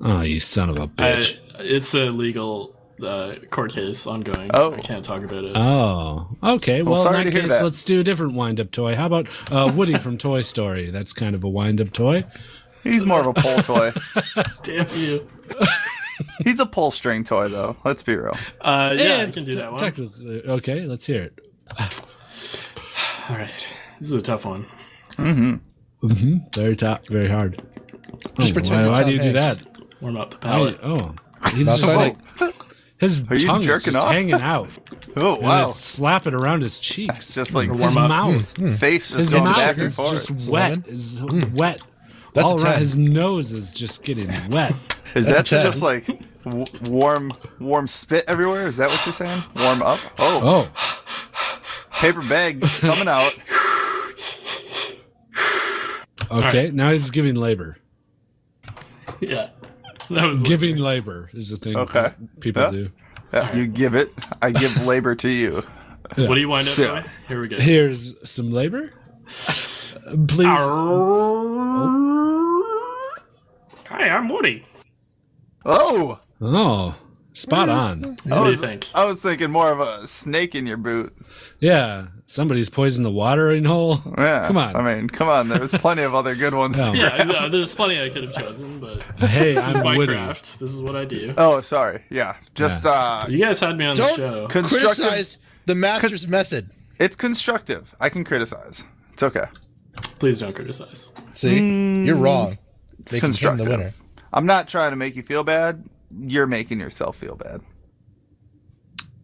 S1: Oh, you son of a
S4: I,
S1: bitch.
S4: it's a legal uh, court case ongoing.
S3: Oh.
S4: I can't talk about it.
S1: Oh, okay. Well,
S3: sorry
S1: in
S3: to
S1: that
S3: hear
S1: case,
S3: that.
S1: let's do a different wind up toy. How about uh, Woody from Toy Story? That's kind of a wind up toy.
S3: He's more of a pull toy.
S4: Damn you.
S3: He's a pull string toy, though. Let's be real.
S4: Uh, yeah, I
S1: it's
S4: can do
S1: te-
S4: that one.
S1: technically- Okay, let's hear it.
S4: All right. This is a tough one.
S1: Mm-hmm. Very top, very hard.
S2: Just
S1: Oh,
S2: pretend
S1: Why,
S2: it's
S1: why
S2: Tom
S1: do you do
S2: Hanks.
S1: that?
S4: Warm up the
S1: Oh,
S4: palate.
S1: oh. he's
S2: That's
S1: just
S2: funny.
S1: like his
S3: you
S1: tongue is
S3: jerking
S1: just
S3: off?
S1: hanging out.
S3: Oh
S1: Wow, and
S3: wow!
S1: just slap it around his cheeks.
S3: Just like
S1: his
S4: warm up.
S1: mouth,
S3: face just
S1: his
S3: going
S1: mouth
S3: back and
S1: is
S3: forth.
S1: just
S2: So
S1: wet.
S2: lemon?
S1: Is
S3: Hmm.
S1: wet.
S2: That's a
S1: All right,
S2: 10.
S1: his nose is just getting wet.
S3: Is that
S2: That's a
S3: just like w- warm, warm spit everywhere? Is that what you're saying? Warm up? Oh,
S1: Oh,
S3: paper bag coming out.
S1: okay. Now he's giving labor.
S4: Yeah. That was
S1: Giving labor is the thing
S3: Okay.
S1: people
S3: Yeah.
S1: do.
S3: Yeah, you give it. I give labor to you.
S4: What do you wind up
S3: So-
S4: with? Here we go.
S1: Here's some labor. Please.
S4: Hi, I'm Woody.
S3: Oh,
S1: Oh, spot on.
S4: What do you think?
S3: I was thinking more of a snake in your boot.
S1: Yeah, somebody's poisoned the watering hole.
S3: Yeah,
S1: Come on.
S3: I mean, come on. There's plenty of other good ones.
S1: Yeah.
S3: to
S4: Yeah, no, there's plenty I could have chosen, but
S1: hey,
S4: this is my
S1: I'm Woody.
S4: craft. This is what I do.
S3: Oh, sorry. Yeah, just uh,
S4: You guys had me on the show.
S2: Don't
S3: Constructive-
S2: criticize the master's method.
S3: it's constructive. I can criticize. It's okay.
S4: Please don't criticize.
S2: See, you're wrong.
S3: Mm, It's
S2: Making him
S3: constructive.
S2: the winner.
S3: I'm not trying to make you feel bad. You're making yourself feel bad.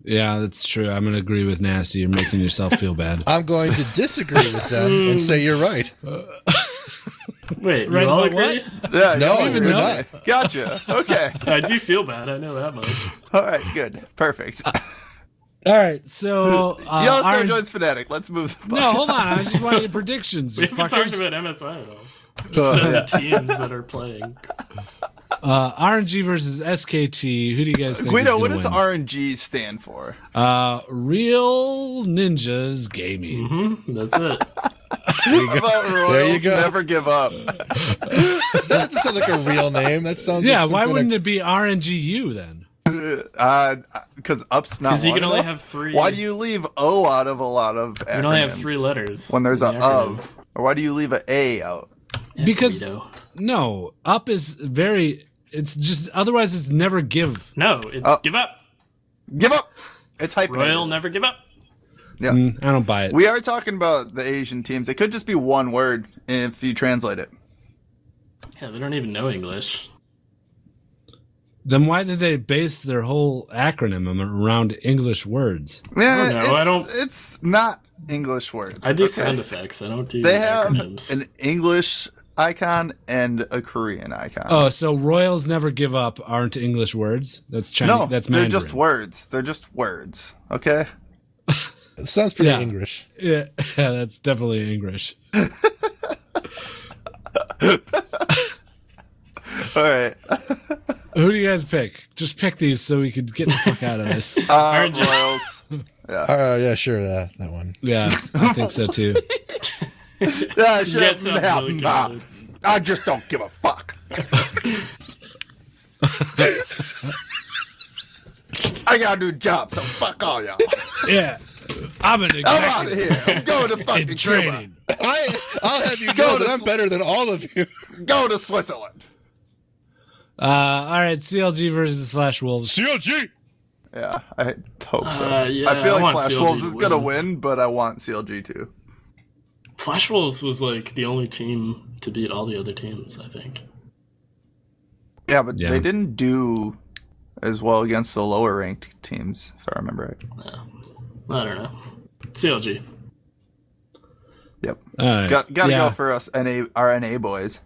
S1: Yeah, that's true. I'm gonna agree with Nasty. You're making yourself feel bad.
S2: I'm going to disagree with them and say you're right.
S4: Wait,
S1: Right
S4: you all
S1: about
S4: agree?
S3: Yeah,
S2: No,
S3: you're
S2: you're
S3: making-
S2: not.
S3: Gotcha. Okay.
S4: I do feel bad. I know that much.
S3: All right. Good. Perfect.
S1: All right, so uh,
S3: you also
S1: our-
S3: joins Fnatic. Let's move. The
S1: no, hold on. I just want your predictions.
S4: We
S1: You
S4: haven't
S1: fuckers.
S4: talked about MSI at all. Just so the teams that are playing.
S1: Uh, RNG versus SKT. Who do you guys think?
S3: Guido,
S1: is
S3: what
S1: gonna
S3: does
S1: win?
S3: RNG stand for?
S1: Uh, Real Ninjas Gaming.
S4: hmm that's it.
S3: How about Royals
S2: There you go.
S3: never give up.
S2: That doesn't sound like a real name. That sounds
S1: Yeah,
S2: Like
S1: why wouldn't it be RNGU then?
S3: Because Uh, up's not.
S4: Because you
S3: one
S4: can only
S3: enough?
S4: have three.
S3: Why do you leave O out of a lot of acronyms?
S4: You can only have three letters.
S3: When there's a
S4: in the acronym.
S3: of, or why do you leave a A out?
S1: Because
S4: Guido.
S1: no, up is very. It's just otherwise it's never give.
S4: No, it's
S3: Oh.
S4: give up.
S3: Give up. It's hyphenated.
S4: Royal never give up.
S1: Mm, I don't buy it.
S3: We are talking about the Asian teams. It could just be one word if you translate it.
S4: Yeah, they don't even know English.
S1: then why did they base their whole acronym around English words?
S3: Yeah,
S4: know. I
S3: It's,
S4: don't-
S3: it's not English words.
S4: I do
S3: okay?
S4: sound effects. I don't do
S3: They have
S4: acronyms.
S3: an English icon and a Korean icon.
S1: Oh, so royals never give up aren't English words? That's Chinese.
S3: no,
S1: that's
S3: they're
S1: Mandarin.
S3: just words. They're just words. Okay.
S2: It sounds pretty
S1: Yeah.
S2: English.
S1: Yeah, yeah, that's definitely English.
S3: All right. Uh,
S1: Who do you guys pick? Just pick these so we could get the fuck out of this.
S3: Uh,
S4: Origin.
S3: Royals.
S2: Oh yeah, sure that that one.
S1: Yeah, I think so too.
S3: Yeah, shut
S4: Yes,
S3: up.
S4: I'm
S3: Nah,
S4: really
S3: nah.
S4: good.
S3: I just don't give a fuck. I gotta do a job, so fuck all y'all.
S1: Yeah, I'm an
S3: I'm out of
S1: executive
S3: here. I'm going to
S1: in
S3: fucking Cuba.
S1: training.
S2: I I'll have you
S3: Go
S2: know
S3: to
S2: that I'm
S3: sl-
S2: better than all of you.
S3: Go to Switzerland.
S1: Uh, all right, CLG versus Flash Wolves.
S2: CLG.
S3: Yeah, I hope so.
S4: Uh, yeah,
S3: I
S4: I
S3: feel like
S4: want
S3: Flash
S4: CLG
S3: Wolves
S4: to
S3: is gonna
S4: win.
S3: win, but I want CLG too.
S4: Flash Wolves was like the only team to beat all the other teams, I think.
S3: Yeah, but
S1: Yeah.
S3: they didn't do as well against the lower ranked teams, if I remember right.
S4: I don't know. CLG.
S3: Yep.
S1: All right.
S3: Got, gotta
S1: yeah.
S3: go for us, NA, our NA boys.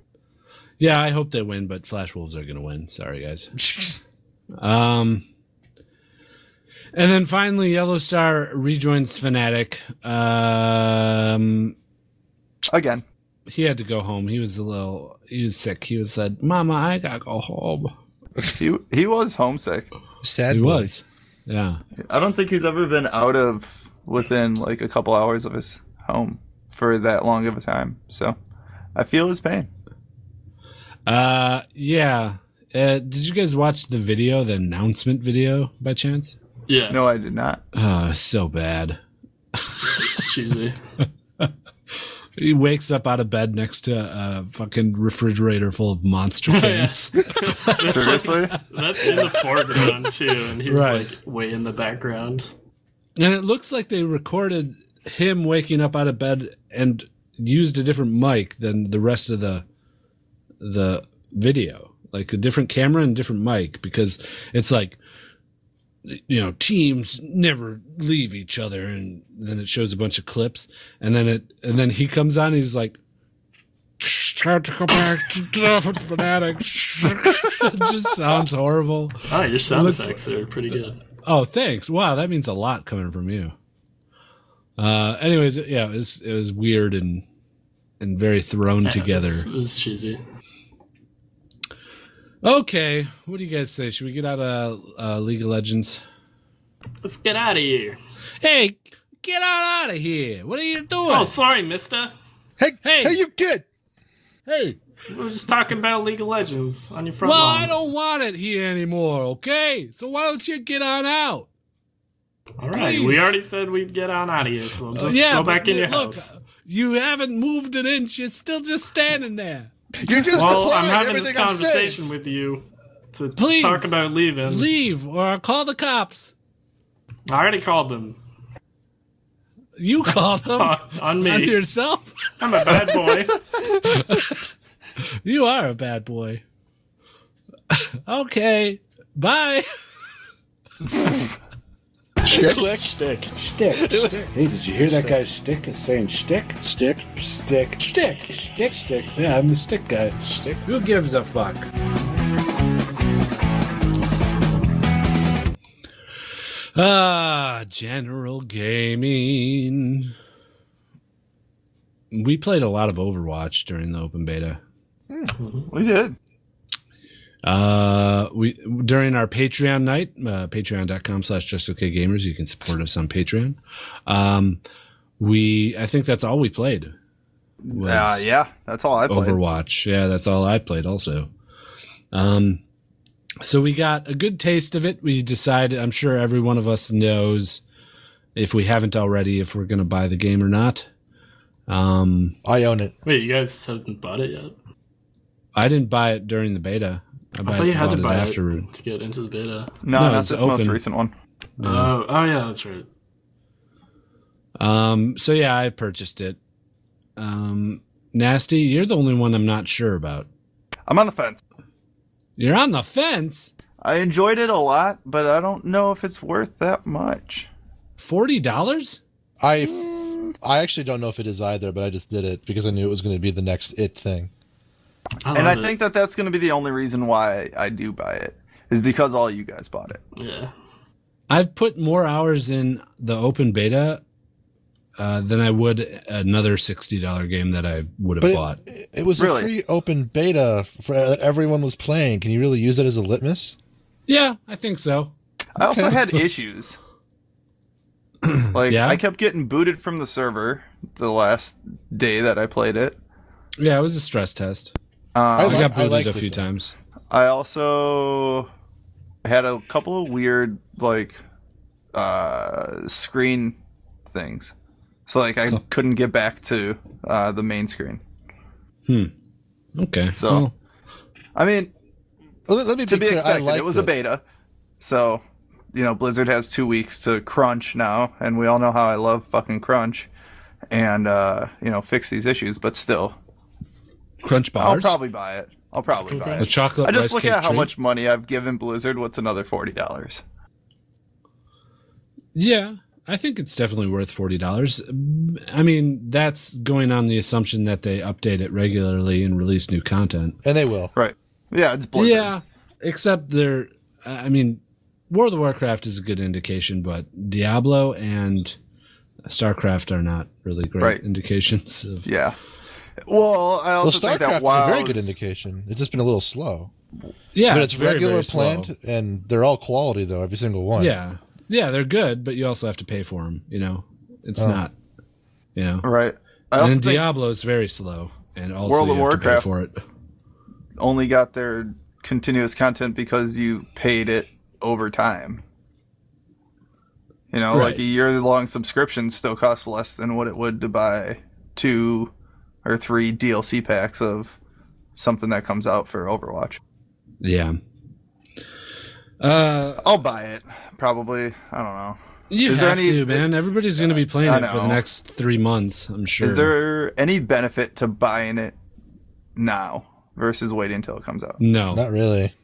S1: Yeah, I hope they win, but Flash Wolves are going to win. Sorry, guys. Um, and then finally, Yellow Star rejoins Fnatic. Um,
S3: Again.
S1: he had to go home. He was a little, he was sick. He was said, "Mama, I gotta go home."
S3: He, he was homesick.
S2: Sad
S1: He
S2: boy.
S1: was. Yeah.
S3: I don't think he's ever been out of within like a couple hours of his home for that long of a time. So I feel his pain.
S1: Uh, yeah. Uh, did you guys watch the video, the announcement video, by chance?
S4: Yeah,
S3: No, I did not.
S1: Oh, so bad.
S4: it's cheesy.
S1: He wakes up out of bed next to a fucking refrigerator full of monster cans.
S3: Seriously?
S4: That's in the foreground too, and he's
S1: Right.
S4: like way in the background.
S1: And it looks like they recorded him waking up out of bed and used a different mic than the rest of the the video. Like a different camera and different mic because it's like you know, teams never leave each other and then it shows a bunch of clips and then it and then he comes on and he's like it's time to go back to different fanatics. it just sounds horrible.
S4: Oh, your sound
S1: Looks-
S4: effects are pretty good.
S1: Oh, thanks. Wow, that means a lot coming from you. Uh, anyways, yeah, it was it was weird and and very thrown together.
S4: It was cheesy.
S1: Okay, what do you guys say? Should we get out of uh, League of Legends?
S4: Let's get out of here.
S1: Hey, Get on out of here. What are you doing?
S4: Oh, sorry, mister.
S2: Hey,
S1: Hey.
S2: hey, hey, you kid!
S1: hey.
S4: We were just talking about League of Legends on your front
S1: Well,
S4: lawn.
S1: I don't want it here anymore, okay? So why don't you get on out?
S4: All right,
S1: please.
S4: we already said we'd get on out of here, so just go
S1: but
S4: back in
S1: you-
S4: your
S1: look,
S4: house.
S1: you haven't moved an inch. You're still just standing there.
S2: You just
S4: Well,
S2: replied
S4: I'm having
S2: everything
S4: this
S2: I'm
S4: conversation with you to
S1: Please.
S4: talk about leaving.
S1: Leave or I'll call the cops.
S4: I already called them
S1: You call them
S4: on, on me.
S1: on yourself.
S4: I'm a bad boy.
S1: You are a bad boy. okay. Bye.
S2: saying.
S7: Stick. Stick. Hey, did you hear that guy's stick? It's saying stick.
S2: Stick.
S7: Stick. Stick. Stick. Stick. Yeah, I'm the stick guy. Stick. Who gives a fuck?
S1: Ah, general gaming. We played a lot of Overwatch during the open beta.
S3: We did.
S1: Uh, we during our Patreon night, uh, patreon.com slash just okay gamers. You can support us on Patreon. Um, we, I think that's all we played. Was
S3: Uh, yeah, that's all I played.
S1: Overwatch. Yeah, that's all I played also. Um, so we got a good taste of it. We decided, I'm sure every one of us knows if we haven't already, if we're going to buy the game or not. Um,
S2: I own it.
S4: Wait, you guys haven't bought it yet?
S1: I didn't buy it during the beta. I,
S4: I
S1: bought-
S4: thought you had
S1: bought
S4: to buy
S1: after.
S4: it to get into the beta.
S1: No,
S3: No, not
S1: it's
S3: this most
S1: open.
S3: recent one.
S4: Oh, oh yeah, that's right.
S1: Um, so yeah, I purchased it. Um, Nasty, you're the only one I'm not sure about.
S3: I'm on the fence.
S1: You're on the fence.
S3: I enjoyed it a lot, but I don't know if it's worth that much.
S1: Forty dollars?
S2: I, I actually don't know if it is either, but I just did it because I knew it was going to be the next it thing.
S3: and I
S4: love it.
S3: think that that's going to be the only reason why I do buy it is because all you guys bought it.
S4: yeah,
S1: I've put more hours in the open beta uh, than I would another sixty dollar game that I would have
S2: But it-
S1: bought.
S2: It was
S3: Really?
S2: a free open beta for everyone was playing. Can you really use it as a litmus?
S1: yeah, I think so.
S3: I also had issues. like
S1: Yeah?
S3: I kept getting booted from the server the last day that I played it.
S1: Yeah, it was a stress test.
S3: Um,
S1: I
S2: li-
S1: got booted
S2: liked
S1: a
S2: it,
S1: few
S2: though.
S1: times.
S3: I also had a couple of weird like uh screen things. So like I couldn't get back to uh the main screen.
S1: Okay.
S3: So-
S1: well,
S3: I mean,
S2: Let, let me
S3: to
S2: be
S3: be
S2: clear. I
S3: expected.
S2: liked
S3: It was a beta. So, you know, Blizzard has two weeks to crunch now, and we all know how I love fucking crunch and, uh, you know, fix these issues, but still,
S1: crunch
S3: I'll
S1: bars.
S3: probably buy it. I'll probably buy
S1: the
S3: it.
S1: chocolate.
S3: I
S1: rice
S3: just look
S1: cake
S3: at how
S1: treat.
S3: much money I've given Blizzard. What's another $40?
S1: Yeah, I think it's definitely worth forty dollars. I mean, that's going on the assumption that they update it regularly and release new content.
S2: and they will.
S3: Right. Yeah, it's Blizzard.
S1: Yeah, except they're. I mean, World of Warcraft is a good indication, but Diablo and Starcraft are not really great
S3: Right.
S1: indications of.
S3: Yeah. Well, I
S2: Well,
S3: also think
S2: StarCraft's
S3: that WoW
S2: a very good indication. It's just been a little slow,
S1: Yeah,
S2: but it's,
S1: very,
S2: regular
S1: very slow.
S2: planned, and they're all quality though. Every single one.
S1: Yeah, yeah, they're good, but you also have to pay for them. You know, it's not. You know,
S3: Right. I also
S1: and
S3: think
S1: Diablo is very slow, and also
S3: World
S1: you
S3: of
S1: have
S3: Warcraft-
S1: to pay for it.
S3: only got their continuous content because you paid it over time. You know, like
S1: Right.
S3: a year long subscription still costs less than what it would to buy two or three DLC packs of something that comes out for Overwatch.
S1: Yeah. Uh,
S3: I'll buy it, probably. I don't know.
S1: You
S3: Is there
S1: have
S3: any-
S1: to, man. Everybody's going to be playing
S3: I
S1: it for the
S3: know.
S1: next three months. I'm sure.
S3: Is there any benefit to buying it now versus waiting until it comes out?
S1: No,
S2: Not really.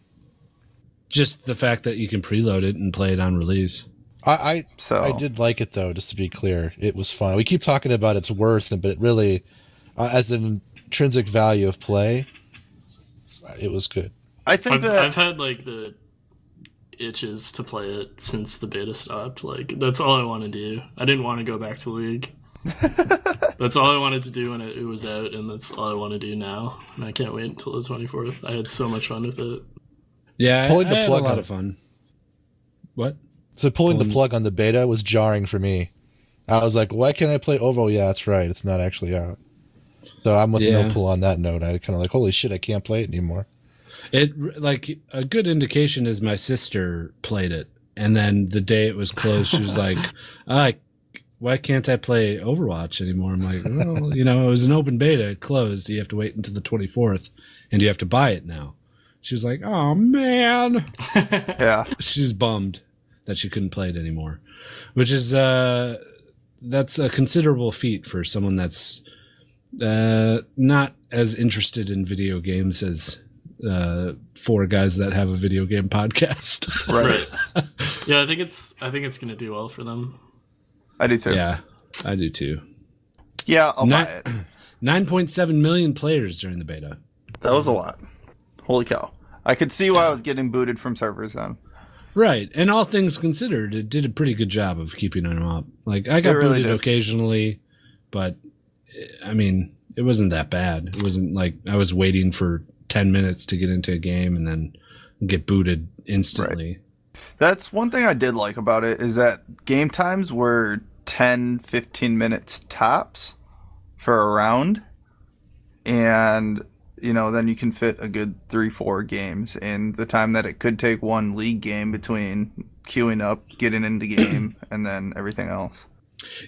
S1: just the fact that you can preload it and play it on release.
S2: I, I
S3: So
S2: I did like it though. Just to be clear, it was fun. We keep talking about its worth, but it really, uh, as an intrinsic value of play, uh, it was good.
S3: I think
S4: I've,
S3: that
S4: I've had like the itches to play it since the beta stopped. Like that's all I want to do. I didn't want to go back to League. that's all I wanted to do when it, it was out, and that's all I want to do now. And I can't wait until the twenty fourth. I had so much fun with it.
S1: Yeah,
S2: Pulling
S1: I,
S2: the
S1: I had
S2: plug
S1: a lot
S2: on
S1: of fun. What? Mm.
S2: So pulling the plug on the beta was jarring for me. I was like, why can't I play Ovo? Yeah, that's right. It's not actually out. So I'm with
S1: Yeah.
S2: no pull on that note. I kind of like, holy shit, I can't play it anymore.
S1: It like a good indication is my sister played it, and then the day it was closed, she was like, "I, why can't I play Overwatch anymore?" I'm like, "Well, you know, it was an open beta, it closed. You have to wait until the 24th, and you have to buy it now." She was like, "Oh man,"
S3: Yeah.
S1: she's bummed that she couldn't play it anymore, which is uh, that's a considerable feat for someone that's uh, not as interested in video games as uh, four guys that have a video game podcast.
S3: Right.
S4: Right. yeah, I think it's I think it's gonna do well for them.
S3: I do too. Yeah.
S1: yeah, I do too.
S3: I'll
S1: Not-
S3: buy it.
S1: Nine point seven million players during the beta.
S3: That was a lot. Holy cow. I could see why I was getting booted from servers then.
S1: Right, and all things considered, it did a pretty good job of keeping them up. Like I got
S3: It really
S1: booted
S3: did.
S1: occasionally, but eh, I mean, it wasn't that bad. It wasn't like I was waiting for ten minutes to get into a game and then get booted instantly.
S3: That's one thing I did like about it is that game times were 10, 15 minutes tops for a round. And, you know, then you can fit a good three, four games in the time that it could take one league game between queuing up, getting into game, and then everything else.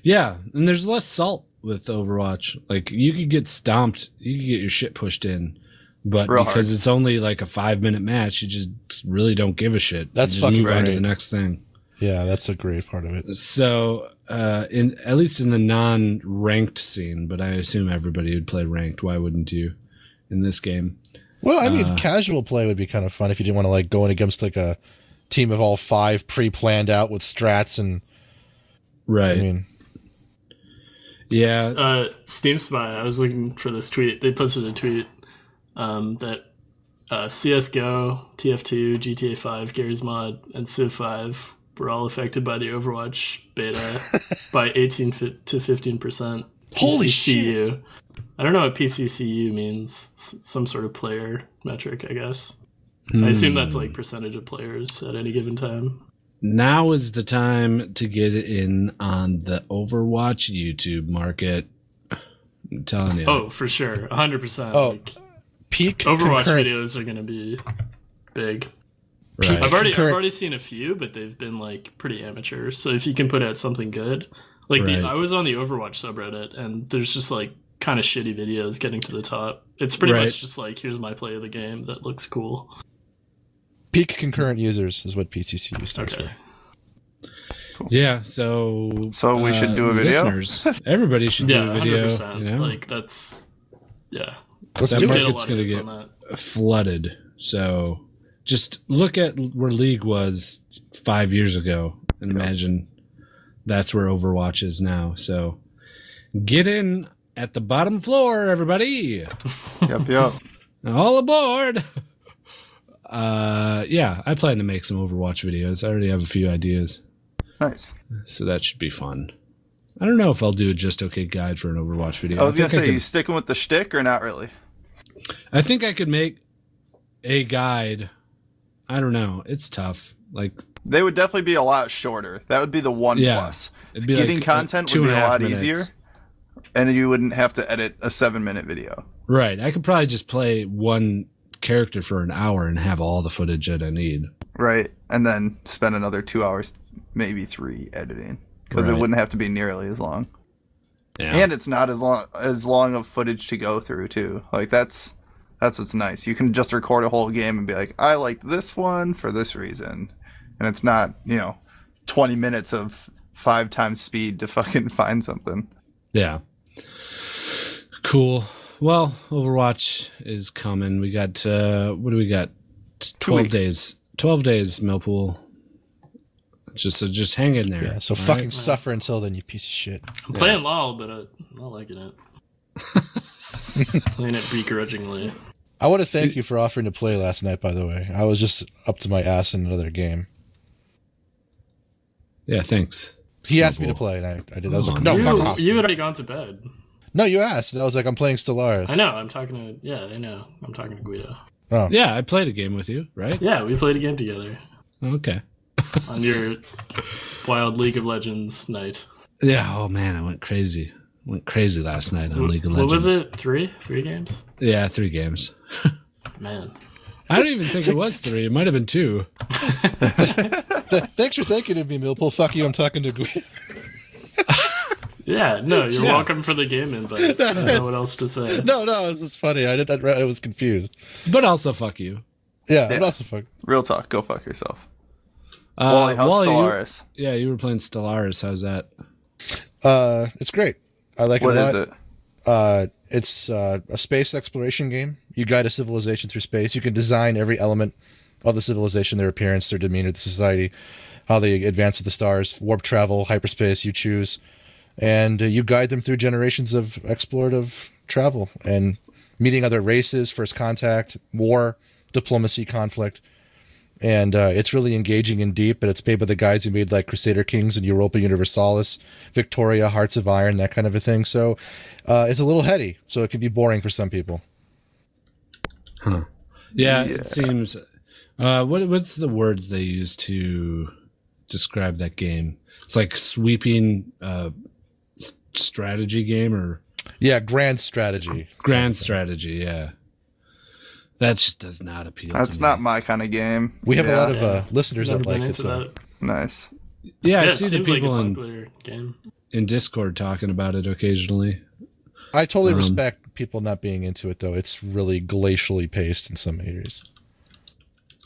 S1: Yeah, and there's less salt with Overwatch. Like you could get stomped, you could get your shit pushed in, but
S3: Real
S1: because it's only like a five minute match, you just really don't give a shit. You
S2: That's
S1: just
S2: fucking
S1: move on to
S2: great.
S1: the next thing.
S2: Yeah, that's a great part of it.
S1: So, uh, in at least in the non-ranked scene, but I assume everybody would play ranked. Why wouldn't you? In this game,
S2: Well, I mean, casual play would be kind of fun if you didn't want to like go in against like a team of all five pre-planned out with strats and
S1: right?
S2: I mean,
S1: yeah,
S4: Uh, Steam Spy, I was looking for this tweet. They posted a tweet um, that uh, CS:GO, TF2, GTA 5, Gary's Mod, and Civ 5 were all affected by the Overwatch beta by 18 fi- to 15 percent.
S2: Holy
S4: PCCU. I don't know what PCCU means. It's some sort of player metric, I guess.
S1: Hmm.
S2: Hmm.
S4: I assume that's like percentage of players at any given time.
S1: now is the time to get in on the Overwatch YouTube market. I'm telling you,
S4: Oh, for sure, 100. percent
S2: Oh, peak
S4: Overwatch
S2: concurrent-
S4: videos are going to be big.
S1: right.
S4: I've already I've
S2: Concurrent-
S4: already seen a few, but they've been like pretty amateur. So if you can put out something good, like
S1: Right.
S4: the, I was on the Overwatch subreddit, and there's just like kind of shitty videos getting to the top. It's pretty
S1: Right.
S4: much just like here's my play of the game that looks cool.
S2: peak concurrent users is what PCCU stands
S4: Okay,
S2: for.
S1: yeah. So, uh,
S3: So we should do a video?
S1: Listeners, everybody should
S4: yeah,
S1: do a
S4: hundred
S1: video.
S4: percent.
S1: You know,
S4: Like that's yeah.
S2: Let's
S1: That
S2: do
S4: Did a
S2: it.
S1: market-
S4: lot of
S1: gonna
S4: hits
S1: get-
S4: on that.
S1: flooded. So just look at where League was five years ago and imagine that's where Overwatch is now. So get in at the bottom floor, everybody.
S3: Yep, yep.
S1: All aboard. Uh, yeah, I plan to make some Overwatch videos. I already have a few ideas,
S3: nice.
S1: so that should be fun. I don't know if I'll do a just okay guide for an Overwatch video.
S3: I was going to
S1: think
S3: say,
S1: could-
S3: you sticking with the shtick or not really?
S1: I think I could make a guide. I don't know. It's tough. Like
S3: They would definitely be a lot shorter. That would be the one
S1: Yeah.
S3: plus.
S1: It'd be
S3: Getting
S1: like, uh,
S3: content
S1: two
S3: would
S1: and
S3: be a
S1: half
S3: lot
S1: minutes.
S3: easier, and you wouldn't have to edit a seven-minute video.
S1: Right. I could probably just play one character for an hour and have all the footage that I need.
S3: right? And then spend another two hours, maybe three, editing because
S1: Right.
S3: it wouldn't have to be nearly as long.
S1: Yeah.
S3: And it's not as long as long of footage to go through too. Like that's that's what's nice. You can just record a whole game and be like, I liked this one for this reason, and it's not you know twenty minutes of five times speed to fucking find something.
S1: yeah. Cool. Well, Overwatch is coming. We got uh what do we got? Twelve
S3: weeks.
S1: days. Twelve days, Millpool. Just so just hang in there.
S2: Yeah, so
S1: all right?
S2: fucking suffer until then, you piece of shit.
S4: I'm playing LOL, but I, I'm not liking it. playing it begrudgingly.
S2: I want to thank you for offering to play last night. By the way, I was just up to my ass in another game.
S1: Yeah, thanks.
S2: He asked me to play, and I, I did. I was like, no,
S4: you,
S2: fuck off.
S4: you had already gone to bed.
S2: No, you asked, and I was like, I'm playing Stellaris.
S4: I know. I'm talking to yeah. I know. I'm talking to Guido.
S2: Oh,
S1: Yeah, I played a game with you, right?
S4: Yeah, we played a game together.
S1: Okay.
S4: on your wild League of Legends night.
S1: Yeah. Oh man, I went crazy. Went crazy last night on League of
S4: What
S1: Legends.
S4: was it? Three? Three games?
S1: Yeah, three games.
S4: Man.
S1: I don't even think it was three. It might have been two.
S2: Th- thanks for thinking of me, Millpool. Fuck you. I'm talking to Gwen.
S4: Yeah, no, you're welcome for the game invite. I don't know what else to say.
S2: No, no, this is funny. I didn't. I was confused.
S1: But also, fuck you.
S2: Yeah, I'm also fuck.
S3: Real talk. Go fuck yourself.
S1: Uh,
S3: Wally, how's
S1: Wally, you-
S3: Stellaris?
S1: yeah, you were playing Stellaris. How's that?
S2: Uh, it's great. I like
S3: What
S2: it a
S3: is
S2: lot.
S3: it?
S2: Uh, it's uh, a space exploration game. You guide a civilization through space. You can design every element of the civilization, their appearance, their demeanor, the society, how they advance to the stars, warp travel, hyperspace. You choose, and uh, you guide them through generations of explorative travel and meeting other races, first contact, war, diplomacy, conflict. and uh, it's really engaging and deep. And it's made by the guys who made like Crusader Kings and Europa Universalis, Victoria, Hearts of Iron, that kind of a thing. So uh, it's a little heady, so it can be boring for some people.
S1: Yeah, it seems. Uh, what what's the words they use to describe that game? It's like sweeping uh, s- strategy game or
S2: Yeah, grand strategy.
S1: grand strategy. Yeah, that just does not appeal.
S3: That's
S1: to
S3: not my kind of game.
S2: We have a
S3: Yeah,
S2: lot of uh, listeners
S4: Never
S2: that like
S4: been
S2: it.
S4: into
S2: So
S4: that.
S3: nice.
S1: Me. Yeah,
S4: Yeah,
S1: I
S4: it
S1: see the
S4: seems like a
S1: people in,
S4: popular game.
S1: in Discord talking about it occasionally.
S2: I totally
S1: Um,
S2: respect people not being into it, though. It's really glacially paced in some areas.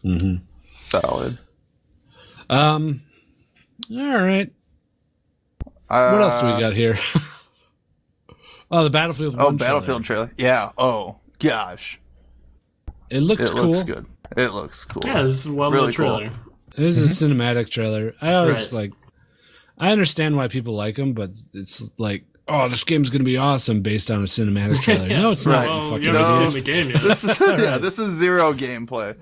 S1: Mm-hmm.
S3: Solid.
S1: Um. All right.
S3: Uh,
S1: What else do we got here? oh, the Battlefield.
S3: Oh,
S1: One
S3: Battlefield trailer. Yeah. Oh gosh,
S1: trailer. It looks
S3: it
S1: cool.
S3: looks good. It looks cool.
S4: Yeah, this is a well
S3: Really
S4: really
S3: cool.
S4: trailer.
S1: It was a
S3: Mm-hmm.
S1: cinematic trailer. I always
S4: Right.
S1: like. I understand why people like them, but it's like, oh, this game's gonna be awesome based on a cinematic trailer. No, it's not.
S3: Right.
S1: you
S4: Well, Oh, you
S1: fucking
S4: haven't
S3: idiots.
S4: seen the game yet.
S3: This is yeah. This is zero gameplay.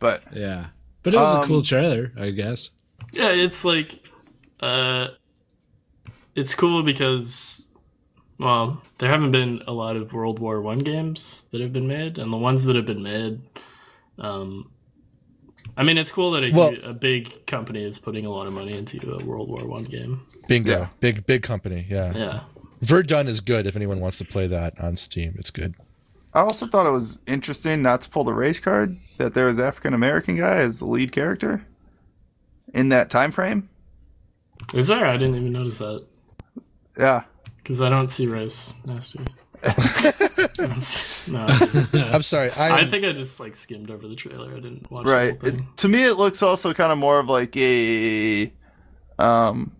S3: But
S1: idiot. Yeah, but it was a
S3: Um,
S1: cool trailer, I guess.
S4: Yeah, it's like, uh, it's cool because, well, there haven't been a lot of World War One games that have been made, and the ones that have been made, um, I mean, it's cool that a,
S2: Well-
S4: a big company is putting a lot of money into a World War One game.
S2: Bingo,
S3: Yeah.
S2: big big company. Yeah.
S4: Yeah,
S2: Verdun is good if anyone wants to play that on Steam. It's good.
S3: I also thought it was interesting not to pull the race card that there was African American guy as the lead character in that time frame.
S4: is there? I didn't even notice that
S3: Yeah.
S4: because I don't see race next to me. no, I, didn't.
S2: I'm sorry. I,
S4: I think I just like skimmed over the trailer. I didn't watch the
S3: right
S4: whole
S3: it,
S4: thing.
S3: to me it looks also kind of more of like a um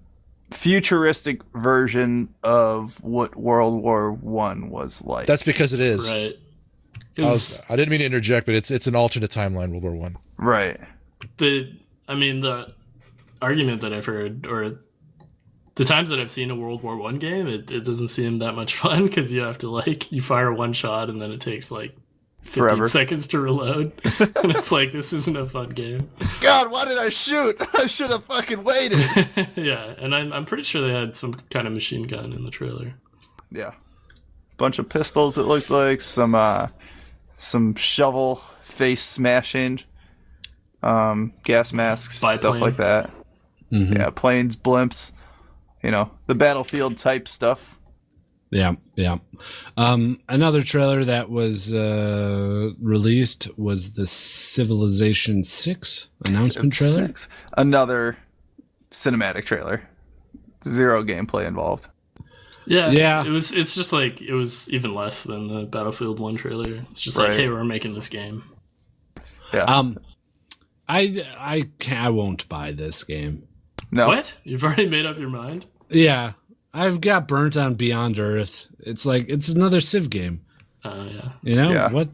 S3: futuristic version of what world war one was like
S2: that's because it is.
S4: Right.
S2: I, was, I didn't mean to interject, but it's it's an alternate timeline, World War One.
S3: right
S4: the I mean the argument that I've heard or the times that I've seen a World War One game, it, it doesn't seem that much fun because you have to like you fire one shot and then it takes like 15
S3: forever
S4: seconds to reload, and it's like this isn't a fun game.
S3: god why did i shoot i should have fucking waited
S4: yeah, and I'm I'm pretty sure they had some kind of machine gun in the trailer.
S3: yeah bunch of pistols it looked like some uh some shovel face smashing um gas masks stuff
S4: Biplane.
S3: like that
S1: Mhm.
S3: yeah planes blimps you know the battlefield type stuff
S1: Yeah, yeah. Um, another trailer that was uh, released was the Civilization Six announcement trailer.
S3: Six. Another cinematic trailer. Zero gameplay involved.
S4: Yeah,
S1: Yeah.
S4: It was it's just like it was even less than the Battlefield One trailer. It's just like
S3: Right.
S4: hey, we're making this game.
S1: Um, I I can I won't buy this game.
S3: No.
S4: What? You've already made up your mind?
S1: Yeah, I've got burnt on Beyond Earth. It's like it's another Civ game.
S4: Uh, yeah.
S1: You know
S3: Yeah.
S1: what?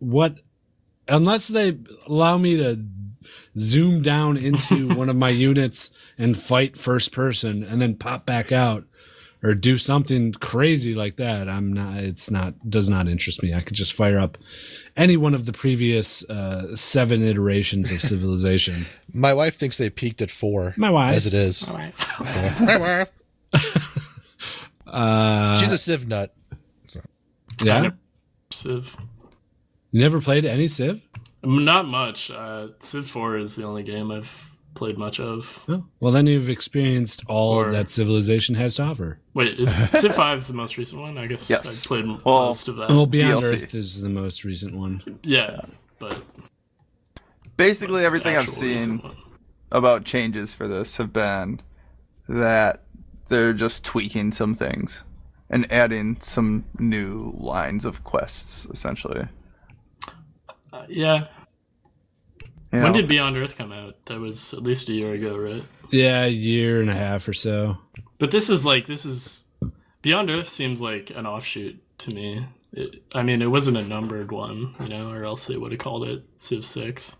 S1: What? Unless they allow me to zoom down into one of my units and fight first person, and then pop back out, or do something crazy like that, I'm not. It's not does not interest me. I could just fire up any one of the previous uh, seven iterations of Civilization.
S2: My wife thinks they peaked at four.
S1: My wife.
S2: as it is.
S4: All right.
S2: My wife.
S1: Uh,
S2: She's a civ nut.
S1: yeah.
S4: Civ.
S1: You never played any Civ?
S4: Not much. Uh, Civ 4 is the only game I've played much of.
S1: Oh, well, then you've experienced all
S4: Or-
S1: that Civilization has to offer.
S4: Wait, is Civ 5 is the most recent one? I guess
S3: Yes.
S4: I played
S3: Well-
S4: most of that.
S1: Oh, Beyond
S3: DLC.
S1: Earth is the most recent one.
S4: yeah, but
S3: Basically,
S4: the
S3: everything I've
S4: actual
S3: seen
S4: recent one.
S3: about changes for this have been that they're just tweaking some things and adding some new lines of quests, essentially.
S4: Uh, yeah.
S3: You
S4: When
S3: know?
S4: did Beyond Earth come out? That was at least a year ago, right?
S1: Yeah, a year and a half or so.
S4: But this is like this is Beyond Earth seems like an offshoot to me. It, I mean, it wasn't a numbered one, you know, or else they would have called it Civ Six.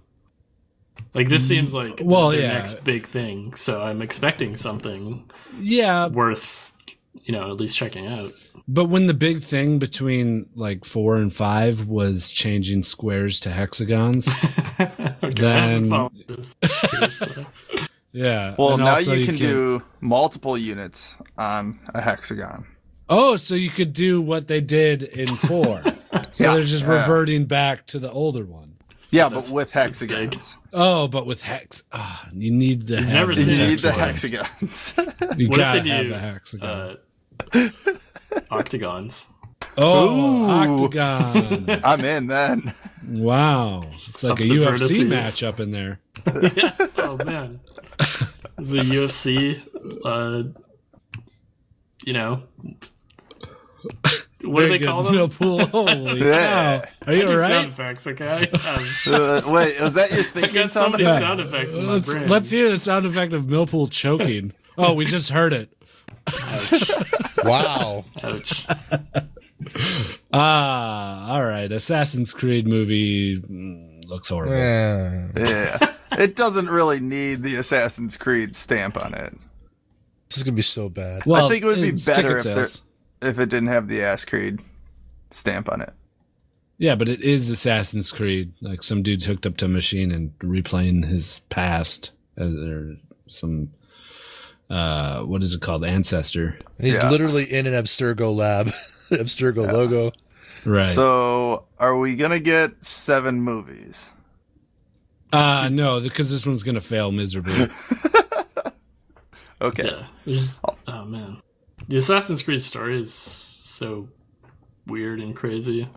S4: Like this seems like
S1: Mm, Well,
S4: their
S1: yeah.
S4: next big thing, so I'm expecting something
S1: Yeah,
S4: worth, you know, at least checking out.
S1: but when the big thing between like four and five was changing squares to hexagons,
S4: okay,
S1: Then-
S4: I haven't followed this. So,
S1: yeah.
S3: Well,
S1: and
S3: now
S1: also
S3: you, can,
S1: can't-
S3: do multiple units on a hexagon.
S1: Oh, so you could do what they did in four. so
S3: Yeah.
S1: they're just
S3: Yeah.
S1: reverting back to the older one.
S3: Yeah,
S4: That's-
S3: but with
S4: that's
S3: hexagons.
S1: Oh, but with hex, ah, you need the. have
S4: never
S1: the
S4: seen
S3: You
S4: It's
S3: need the
S1: hexagons.
S3: hexagons.
S1: You
S4: What if
S1: gotta
S4: they
S1: have
S4: do,
S1: a hexagon.
S4: uh, octagons.
S1: oh,
S3: ooh.
S1: octagon!
S3: I'm in then.
S1: wow, it's like a
S4: Up the
S1: UFC
S4: vertices.
S1: match up in there.
S4: yeah. Oh man, this is a UFC. Uh, you know, what do
S1: Very
S4: they call
S1: good.
S4: them?
S1: No pool. Holy
S3: Yeah.
S1: cow! Are you all
S4: Any
S1: right?
S4: Sound effects, okay. Um,
S3: Uh, wait, was that your
S4: I
S3: thinking
S4: got so
S3: sound
S4: many
S3: effect?
S4: sound effects in my
S1: Let's,
S4: brain.
S1: let's hear the sound effect of Millpool choking. oh, we just heard it.
S2: Wow.
S4: Ouch.
S1: Ah, all right. Assassin's Creed movie mm, looks horrible.
S2: Eh.
S3: Yeah. It doesn't really need the Assassin's Creed stamp on it.
S2: This is gonna be so bad.
S1: Well,
S3: I think it would be
S1: it's
S3: better
S1: ticket
S3: if there-
S1: sales.
S3: If it didn't have the Ass Creed stamp on it.
S1: Yeah, but it is Assassin's Creed. Like some dude's hooked up to a machine and replaying his past uh, or some uh what is it called? Ancestor.
S2: And he's
S3: Yeah.
S2: literally in an Abstergo lab. Abstergo logo.
S1: Right.
S3: So, are we going to get seven movies?
S1: uh no, because this one's gonna fail miserably.
S3: Okay.
S4: Yeah. There's, oh man, the Assassin's Creed story is so weird and crazy.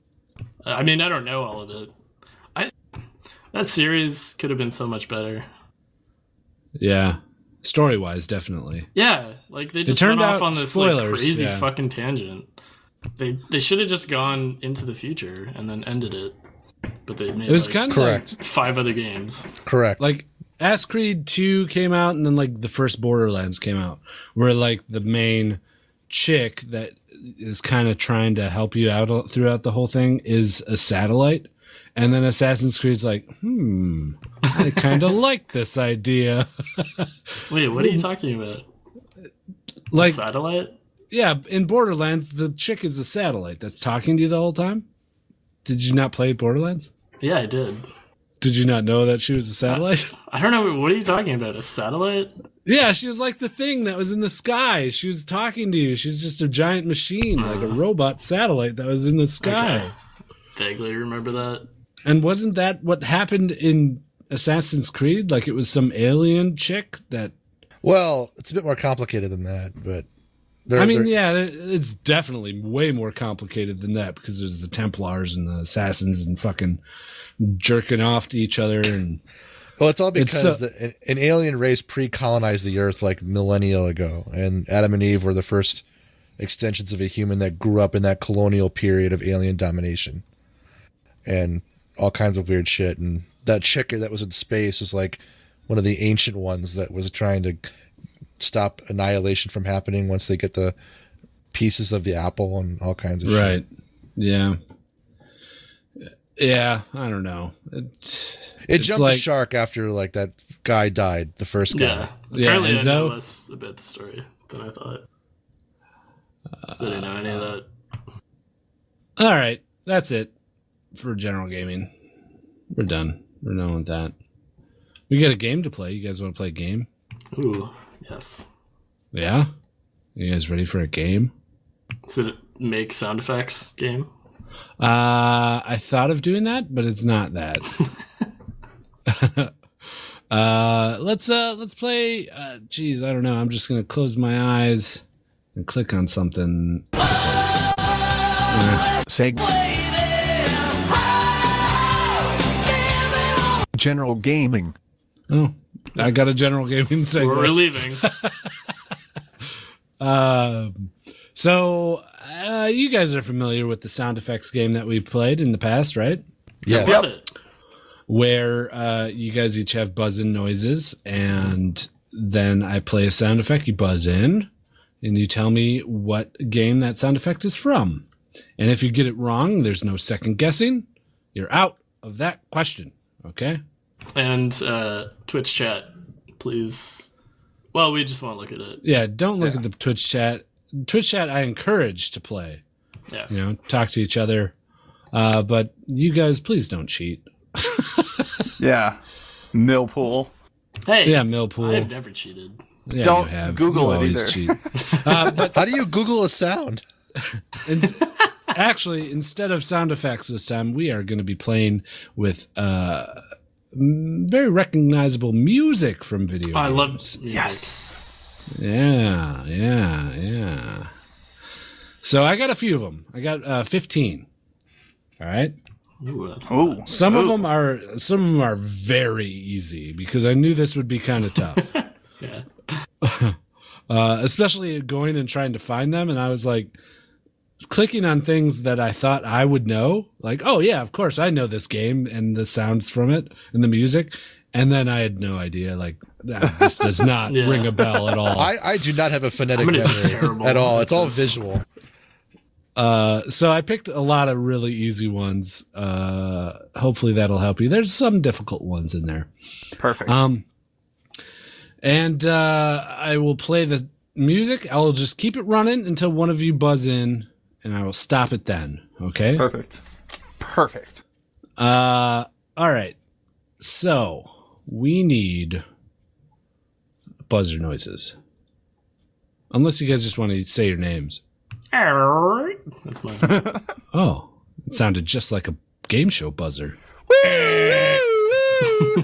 S4: Uh, I mean, I don't know all of it. I that series could have been so much better.
S1: yeah. Story wise, definitely.
S4: Yeah, like they just
S1: turned
S4: went
S1: out-
S4: off on this like
S1: spoilers,
S4: crazy
S1: yeah.
S4: fucking tangent. They they should have just gone into the future and then ended it, but they made
S1: It was
S4: like,
S1: kind of
S2: Correct.
S4: five other games.
S2: Correct.
S1: like Ass Creed 2 came out and then like the first Borderlands came out where like the main chick that is kind of trying to help you out al- throughout the whole thing is a satellite and then Assassin's Creed's like hmm I kind of like this idea
S4: Wait, what are you talking about?
S1: like
S4: Satellite?
S1: yeah in Borderlands the chick is a satellite that's talking to you the whole time did you not play Borderlands
S4: Yeah, I did.
S1: did you not know that she was a satellite
S4: I don't know. What are you talking about? A satellite?
S1: Yeah, she was like the thing that was in the sky. She was talking to you. She's just a giant machine, like a robot satellite that was in the sky.
S4: Okay. Vaguely remember that.
S1: And wasn't that what happened in Assassin's Creed? Like it was some alien chick that.
S2: well, it's a bit more complicated than that, but they're,
S1: I mean,
S2: they're-
S1: yeah, it- it's definitely way more complicated than that because there's the Templars and the assassins and fucking jerking off to each other and
S2: well, it's all
S1: it's,
S2: because
S1: uh,
S2: the, an, an alien race pre-colonized the Earth like millennia ago, and Adam and Eve were the first extensions of a human that grew up in that colonial period of alien domination, and all kinds of weird shit. And that chick that was in space is like one of the ancient ones that was trying to stop annihilation from happening once they get the pieces of the apple and all kinds of shit.
S1: right. Yeah. Yeah, I don't know. It,
S2: It
S1: It's
S2: jumped
S1: like-
S2: the shark after like that guy died, the first guy.
S4: Yeah.
S1: Yeah,
S4: Apparently, I
S1: Enzo?
S4: know less about the story than I thought. So I didn't know any of that.
S1: All right, that's it for general gaming. We're done. We're done with that. We got a game to play. You guys want to play a game?
S4: Ooh, yes.
S1: Yeah. You guys ready for a game?
S4: Does it make sound effects game?
S1: Uh, I thought of doing that, but it's not that. Uh, let's uh, let's play. Uh, geez, I don't know. I'm just gonna close my eyes and click on something.
S8: Seg. General gaming.
S1: Oh, I got a general gaming
S4: We're
S1: segment.
S4: leaving.
S1: Um, so uh, you guys are familiar with the sound effects game that we played in the past, right?
S2: Yeah.
S4: Love it.
S1: where uh, you guys each have buzzing noises, and then I play a sound effect. You buzz in, and you tell me what game that sound effect is from. And if you get it wrong, there's no second guessing. You're out of that question. Okay.
S4: And uh, Twitch chat, please. Well, we just won't look at it.
S1: Yeah. Don't look at the Twitch chat. Twitch chat, I encourage to play.
S4: Yeah.
S1: You know, talk to each other. Uh, but you guys, please don't cheat.
S3: Yeah. Millpool.
S4: Hey,
S1: Yeah,
S4: I've
S1: Millpool.
S4: never cheated.
S1: Yeah,
S3: Don't
S1: you have.
S3: Google
S1: You
S3: it
S1: always
S3: either.
S1: cheat.
S2: How do you Google a sound?
S1: In- actually, instead of sound effects this time, we are going to be playing with uh, m- very recognizable music from video.
S4: I love
S1: games.
S3: Yes.
S1: Yeah, yeah, yeah. So I got a few of them. I got uh, fifteen. All right.
S4: Ooh, that's-
S3: Ooh.
S1: Some of
S3: Ooh.
S1: them are some of them are very easy because I knew this would be kind of tough.
S4: yeah.
S1: uh, especially going and trying to find them. And I was like clicking on things that I thought I would know, like, oh, yeah, of course, I know this game and the sounds from it and the music. And then I had no idea, like, that this does not
S4: Yeah.
S1: ring a bell at
S3: Oh.
S1: all.
S2: I, I do not have a phonetic
S4: I'm gonna do
S2: memory
S4: terrible
S2: at all. It's all
S4: at this.
S2: visual.
S1: Uh, so I picked a lot of really easy ones. Uh, hopefully that'll help you. There's some difficult ones in there.
S3: Perfect.
S1: Um, and uh, I will play the music. I'll just keep it running until one of you buzz in, and I will stop it then. Okay.
S3: Perfect. Perfect.
S1: Uh, all right. So we need buzzer noises. Unless you guys just want to say your names.
S4: That's my.
S1: Oh, it sounded just like a game show buzzer. oh,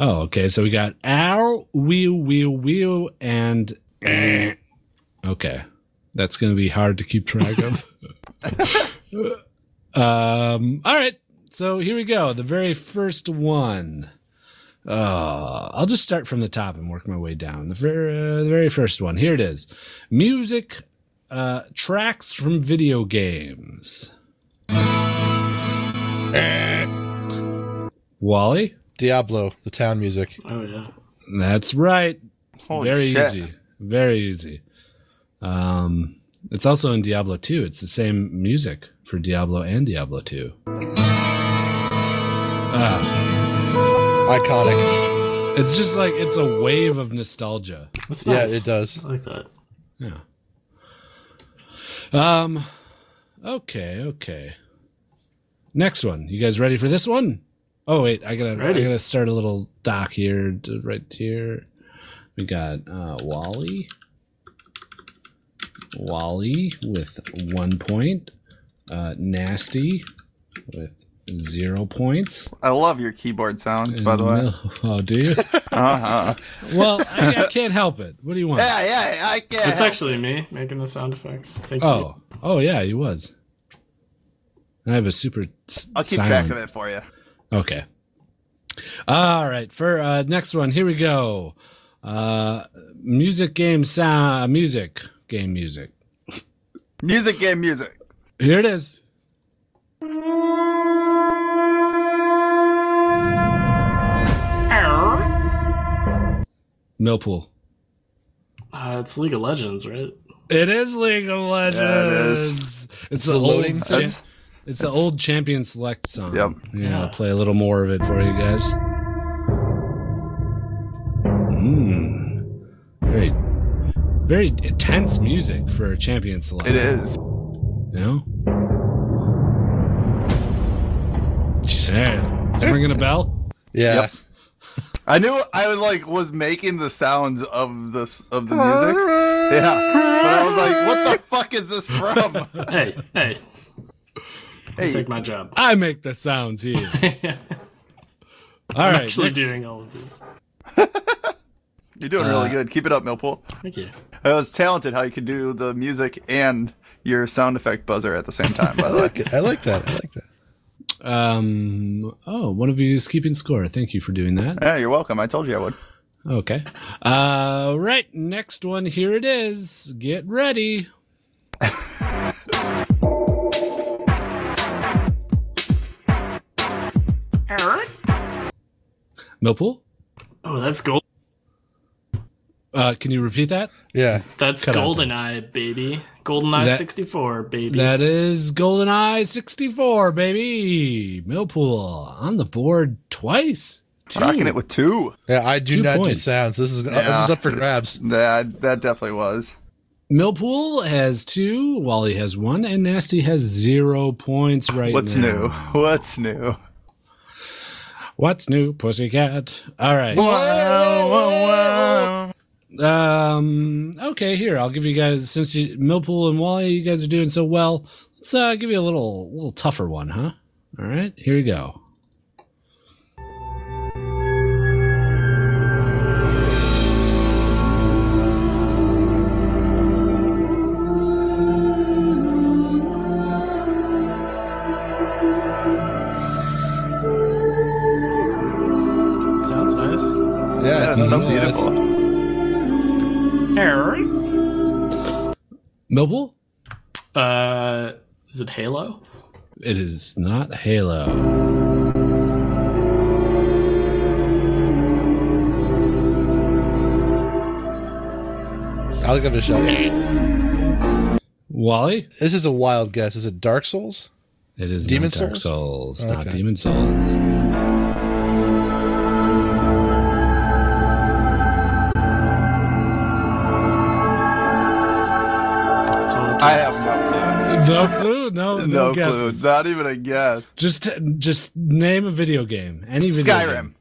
S1: okay. So we got ow, wee, wee, wee, and eh. okay. That's going to be hard to keep track of. um. All right. So here we go. The very first one. Uh, I'll just start from the top and work my way down. The very, uh, the very first one. Here it is. Music uh, tracks from video games. Wally?
S2: Diablo, the town music.
S4: Oh yeah.
S1: That's right.
S3: Holy
S1: Very
S3: shit.
S1: easy. Very easy. Um, it's also in Diablo 2. It's the same music for Diablo and Diablo 2.
S2: Iconic.
S1: It's just like, it's a wave of nostalgia.
S4: That's
S2: Yeah,
S4: nice.
S2: it does.
S4: I like that.
S1: Yeah. Um, okay, okay. Next one. You guys ready for this one? Oh wait, I gotta
S4: Ready.
S1: I gotta start a little doc here, d- right here. We got uh, Wally, Wally with one point, uh, Nasty with zero points.
S3: I love your keyboard sounds, by the way.
S1: oh, do you?
S3: Uh-huh.
S1: well, I, I can't help it. What do you want?
S3: Yeah, yeah, I can't.
S4: That's
S3: help-
S4: actually me making the sound effects. Thank you.
S1: Oh, oh yeah, he was. I have a super. s-
S3: I'll keep
S1: silent-
S3: track of it for you.
S1: Okay. All right, for uh, next one, here we go. Uh, music game sound, music game music.
S3: Music game music.
S1: Here it is. Millpool.
S4: Uh, it's League of Legends, right?
S1: It is League of Legends.
S3: Yeah, it is.
S1: It's, the,
S2: loading
S1: old cha-
S3: That's-
S1: it's the old Champion Select song.
S3: Yep.
S1: Yeah, I'll play a little more of it for you guys. Mmm. Very, very intense music for a Champion Select.
S3: It is.
S1: You know? Yeah. It's ringing a bell?
S2: Yeah.
S3: Yep. I knew I was like was making the sounds of this of the music. Yeah. But I was like, what the fuck is this from?
S4: Hey, hey,
S3: hey,
S4: take my job.
S1: I make the sounds here. All
S4: I'm
S1: right,
S4: actually
S1: next-
S4: doing all of this.
S3: You're doing really good. Keep it up, Millpool.
S4: Thank you.
S3: That was talented how you could do the music and your sound effect buzzer at the same time, by
S2: I
S3: the way.
S2: like it. I like that. I like that.
S1: Um, oh, one of you is keeping score. Thank you for doing that.
S3: Yeah, you're welcome. I told you I would.
S1: Okay. Uh, right. Next one. Here it is. Get ready. Millpool,
S4: Oh, that's gold.
S1: uh, can you repeat that?
S2: Yeah.
S4: That's
S1: Cut out
S4: GoldenEye, baby. GoldenEye
S1: That-
S4: 64, baby.
S1: That is GoldenEye 64, baby. Millpool on the board twice. Two.
S3: Rocking it with two.
S2: Yeah, I do
S1: Two
S2: not
S1: points.
S2: do sounds. This is uh,
S3: Yeah.
S2: this is up for grabs.
S3: That that definitely was.
S1: Millpool has two, Wally has one, and Nasty has zero points right
S3: What's
S1: now.
S3: new? What's new?
S1: What's new, pussycat? All right.
S3: Wow, wow, wow.
S1: Um. Okay. Here, I'll give you guys since you, Millpool and Wally, you guys are doing so well. Let's uh, give you a little, little tougher one, huh? All right. Here you go.
S4: Sounds nice.
S2: Yeah,
S3: That's so
S2: nice.
S3: beautiful.
S1: Millpool.
S4: Uh, is it Halo?
S1: It is not Halo.
S2: I'll give it a shot.
S1: Wally.
S2: This is a wild guess. Is it Dark Souls?
S1: It is
S2: Demon
S1: not Dark Souls, not
S2: Okay.
S1: Demon Souls.
S4: It's all-
S3: I have no
S1: No clue. No, no,
S3: clue. No clue.
S1: guesses.
S3: Not even a guess.
S1: Just, just name a video game. Any video game.
S3: Skyrim.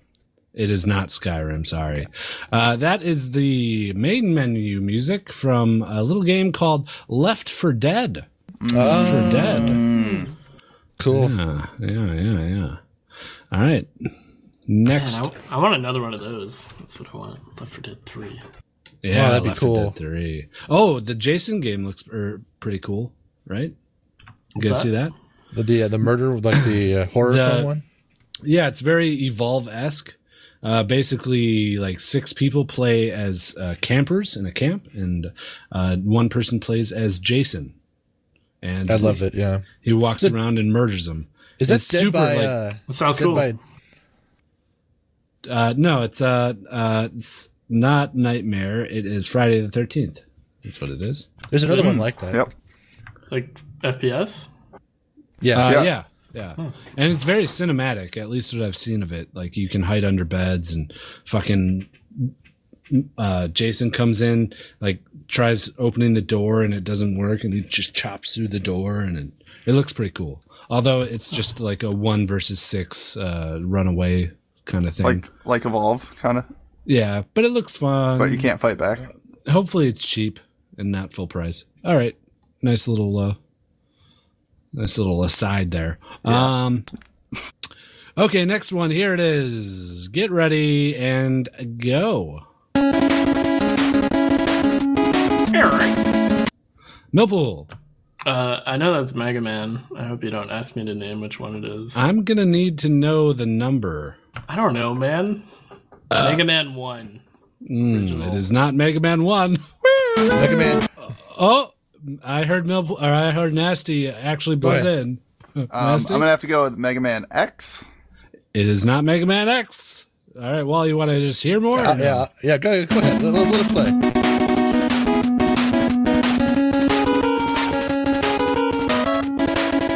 S1: It is not Skyrim, sorry. Uh, that is the main menu music from a little game called Left for Dead.
S2: Oh,
S1: For
S3: Mm.
S1: Dead.
S2: cool.
S1: Yeah, yeah, yeah, yeah. All right. Next.
S4: Man, I, I want another one of those. That's what I want. Left 4 Dead 3.
S1: yeah,
S2: Oh, that'd be
S1: Left 4 Dead
S2: cool.
S1: 3. Oh, the Jason game looks er, pretty cool, right? You guys
S4: that?
S1: see that?
S2: The The, uh, the murder, like the uh, horror
S1: The-
S2: film one.
S1: Yeah, it's very evolve esque. Uh, basically, like six people play as uh, campers in a camp, and uh, one person plays as Jason. And
S2: I love it. Yeah.
S1: He walks around and murders them.
S2: Is that
S1: It's
S2: dead
S1: super,
S2: by?
S1: like-
S2: uh,
S4: That sounds
S2: dead
S4: cool.
S2: by?
S1: Uh, no, it's uh, uh, it's not Nightmare. It is Friday the Thirteenth. That's what it is.
S2: There's another
S1: Mm.
S2: one like that.
S3: Yep.
S4: Like FPS?
S2: Yeah.
S1: Uh,
S3: Yeah. Hmm.
S1: yeah, yeah, And it's very cinematic. At least what I've seen of it. Like you can hide under beds and fucking. Uh, Jason comes in, like tries opening the door and it doesn't work, and he just chops through the door, and it, it looks pretty cool. Although it's just like a one versus six uh, runaway kind of thing.
S3: Like like evolve kind of,
S1: yeah, but it looks fun.
S3: but you can't fight back.
S1: hopefully it's cheap and not full price. All right, nice little uh, nice little aside there. Um, okay, next one here it is. Get ready and go. Millpool,
S4: Uh, I know that's Mega Man. I hope you don't ask me to name which one it is.
S1: I'm gonna need to know the number.
S4: I don't know, man. Mega Man 1.
S2: Hmm.
S1: Mm, it is not Mega Man One.
S2: Mega Man.
S1: Oh, I heard Millpool, or I heard Nasty actually buzz
S2: ahead.
S1: in.
S3: Um, I'm
S1: Nasty?
S3: gonna have to go with Mega Man X.
S1: It is not Mega Man X. All right, well, you want to just hear more? or
S2: Uh,
S1: no?
S2: yeah. Yeah. Go, go ahead. Let, let- let it play.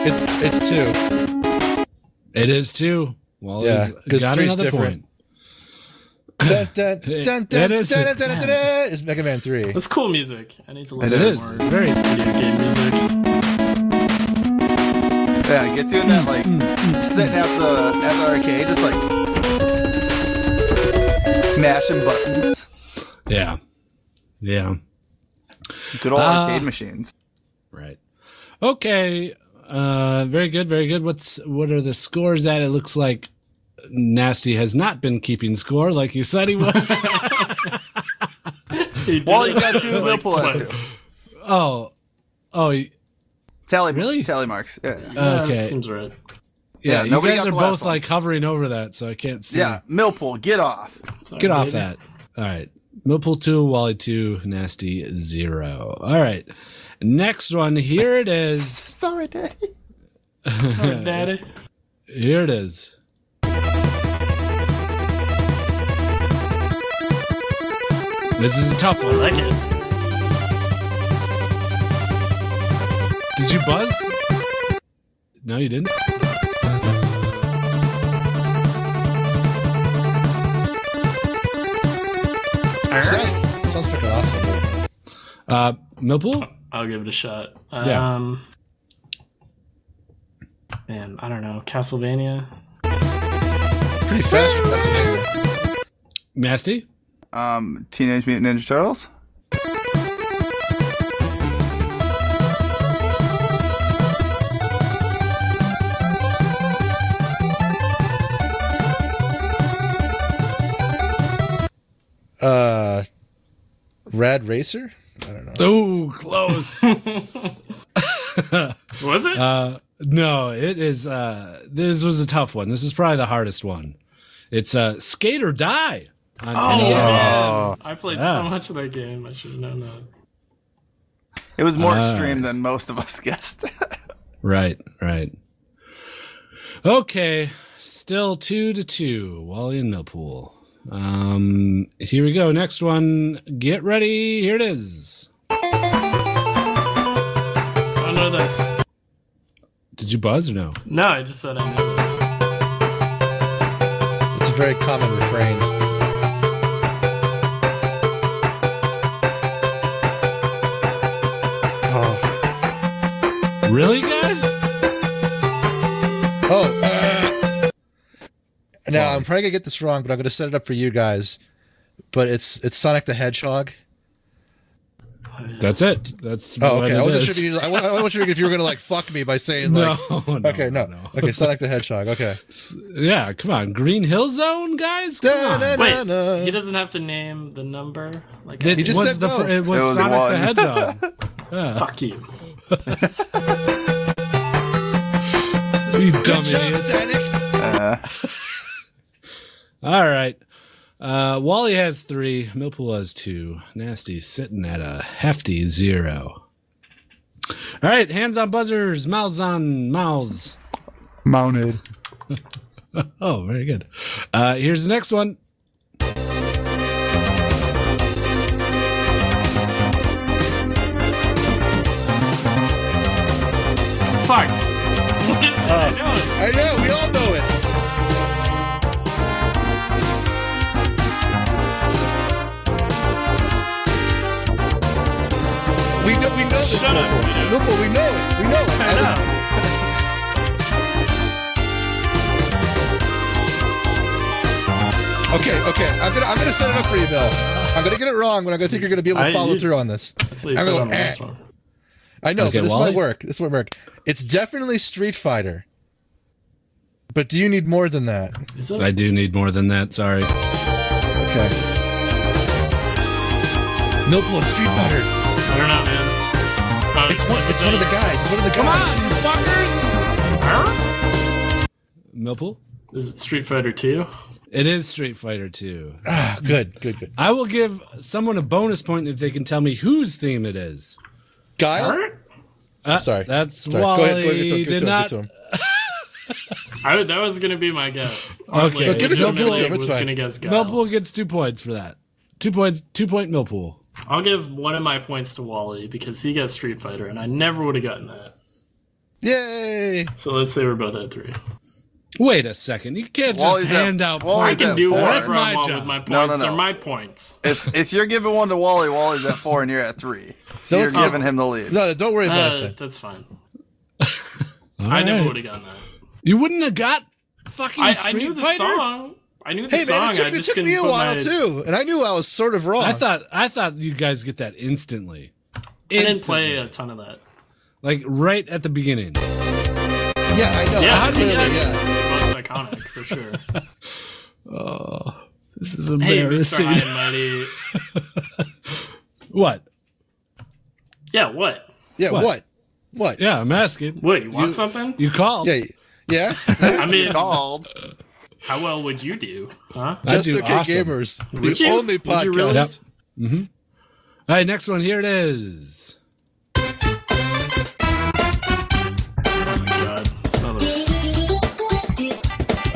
S2: It's it's two.
S1: It is too. Well, yeah,
S2: Yeah, 'cause
S1: got
S2: three's
S1: another
S2: different.
S1: point.
S2: dun, dun, dun, dun, dun,
S1: It is-
S2: dun, dun, dun, dun, dun, is Mega Man 3.
S4: That's cool music. I need to listen
S1: It
S4: to
S1: is
S4: more
S1: very.
S4: video game music.
S3: Yeah, it gets you in that like sitting at the at the arcade, just like mashing buttons.
S1: Yeah, yeah,
S3: Good old
S1: Ah.
S3: arcade machines.
S1: right. Okay, uh, very good, very good. What's what are the scores at? It looks like Nasty has not been keeping score like he said he would.
S4: He did
S3: Wally
S4: it,
S3: got two, Bill
S4: like,
S3: Pull has
S4: twice.
S3: two.
S1: oh, oh, y-
S3: Tally,
S1: Really?
S3: Tally marks. Yeah.
S4: Yeah,
S1: okay.
S4: that seems right.
S1: yeah.
S3: Yeah,
S1: you
S3: nobody
S1: guys
S3: got
S1: are
S3: the last
S1: both
S3: one.
S1: like hovering over that, so I can't see.
S3: yeah, Millpool, get off.
S4: Sorry,
S1: Get off
S4: baby.
S1: that. All right. Millpool 2, Wally 2, Nasty 0. All right. Next one. Here it is.
S3: Sorry, Daddy.
S4: Sorry, Daddy.
S1: Here it is. This is a tough
S4: I
S1: one.
S4: like it.
S1: Did you buzz? No, you didn't.
S2: Sounds, sounds freaking awesome. But
S1: Uh, Millpool?
S4: I'll give it a shot.
S1: Yeah.
S4: Um, man, I don't know. Castlevania.
S2: pretty fast for messaging.
S1: Nasty?
S3: Um, Teenage Mutant Ninja Turtles.
S2: Uh, Rad Racer.
S1: Oh, close.
S4: Was it?
S1: Oh. no, it is. Uh, this was a tough one. This is probably the hardest one. It's uh, Skate or Die. On NES.
S4: Man, I played
S1: Yeah.
S4: so much of that game. I should have known that.
S3: It was more extreme than most of us guessed.
S1: Right, right. Okay, still two to two. Wally and Millpool. Um, here we go. Next one. Get ready. Here it is.
S4: I know this.
S1: Did you buzz or no?
S4: No, I just said I know
S2: It's
S4: this.
S2: a very common refrain.
S1: Really, guys?
S2: Oh. uh, now I'm probably gonna get this wrong, but I'm gonna set it up for you guys. But it's it's Sonic the Hedgehog.
S1: That's it. That's
S2: Oh,
S1: what
S2: okay.
S1: it
S2: I wasn't
S1: is.
S2: sure if you. I wa- I wasn't sure if you were gonna like fuck me by saying
S1: no,
S2: like.
S1: no,
S2: okay, no. Okay, Sonic the Hedgehog. Okay.
S1: Yeah, come on. Green Hill Zone, guys. Come on.
S4: Wait,
S2: Da-na-na-na.
S4: he doesn't have to name the number. Like,
S1: It
S4: I-
S2: You just
S1: was
S2: said
S1: the
S2: no.
S1: fir- it was,
S3: It was
S1: Sonic
S3: one.
S1: the Hedgehog.
S4: fuck you.
S1: you dumb
S2: Jump,
S1: idiots.
S2: Sonic.
S1: All right. Uh, Wally has three. Millpool has two. Nasty sitting at a hefty zero. All right, hands on buzzers, mouths on mouths.
S3: Mounted.
S1: Oh, very good. Uh, here's the next one.
S4: Fuck. I
S2: I know. We all know it. We know. We know this.
S4: Shut up,
S2: Millpool. Millpool, we
S4: you know.
S2: know it. We know it.
S4: know.
S2: I-
S4: I know.
S2: Okay, okay. I'm gonna I'm gonna set it up for you, Bill. I'm gonna get it wrong, but I'm gonna think you're gonna be able to
S4: I-
S2: follow
S4: you-
S2: through on this.
S4: That's what he
S2: I'm
S4: said
S2: gonna
S4: on the
S2: go,
S4: last
S2: eh.
S4: one.
S2: I know,
S1: Okay,
S2: but this
S1: Wally?
S2: might work. This might work. It's definitely Street Fighter. But do you need more than that?
S4: Is it?
S1: I do need more than that. Sorry.
S2: Okay. No pull, it's Street Fighter.
S4: I don't know, man. Uh,
S2: It's one. It's one of the guys. It's one of the
S1: you fuckers.
S2: guys.
S1: Millpool.
S4: Is it Street Fighter 2?
S1: It is Street Fighter 2.
S2: Ah, good, good, good.
S1: I will give someone a bonus point if they can tell me whose theme it is.
S2: Guile.
S1: Uh,
S2: Sorry.
S1: That's
S2: Sorry.
S1: Wally.
S2: Go ahead. Go ahead. Give it to him. Give
S1: did
S2: it to him. Give it
S1: not
S2: to him.
S4: I would, that was gonna be my guess.
S1: Okay. No,
S2: give it to him, give it to him,
S4: I
S2: it's
S4: was
S2: fine.
S4: gonna guess Guile.
S1: Millpool gets two points for that. Two points. Two point Millpool.
S4: I'll give one of my points to Wally because he got Street Fighter, and I never would have gotten that.
S2: Yay!
S4: So let's say we're both at three.
S1: Wait a second. You can't just
S3: Wally's at-
S1: hand out
S4: I
S3: Wally's
S1: points.
S3: at
S4: can do
S3: four.
S4: whatever
S1: That's
S4: I
S1: my
S4: want
S1: job.
S4: with my points.
S3: No, no, no.
S4: They're my points.
S3: If if you're giving one to Wally, Wally's at four and you're at three. So
S2: No,
S3: you're
S2: it's not-
S3: giving him the lead.
S2: No, don't worry about it.
S4: Uh,
S2: Then.
S4: that's fine.
S1: All
S4: I never
S1: right.
S4: would have gotten that.
S1: You wouldn't have got fucking
S4: I, I
S1: Street
S4: knew the
S1: Fighter.
S4: song. I knew the
S2: Hey
S4: song.
S2: man, it
S4: I
S2: took, it
S4: just
S2: took
S4: couldn't
S2: me a
S4: put
S2: while
S4: my-
S2: too, and I knew I was sort of wrong.
S1: I thought I thought you guys get that instantly.
S4: I
S1: instantly.
S4: didn't play a ton of that.
S1: like right at the beginning.
S2: yeah, I know.
S4: Yeah,
S2: That's
S4: how do you
S2: clearly,
S4: get
S2: yeah.
S4: most of my iconic for sure.
S1: Oh, this is
S4: hey, Mr.
S1: embarrassing.
S4: High and Mighty.
S1: what?
S4: Yeah, what?
S2: Yeah,
S1: What?
S2: what? What?
S1: Yeah, I'm asking.
S4: What? You want something?
S1: You called.
S2: Yeah, yeah.
S4: I mean,
S3: Called.
S4: how well would you do? Huh?
S1: I
S2: Just
S1: do
S2: okay,
S1: awesome.
S2: gamers. The
S4: Would you?
S2: only
S3: Would you really?
S2: podcast.
S1: All right, next one. Here it is.
S4: Oh my god, it's not a.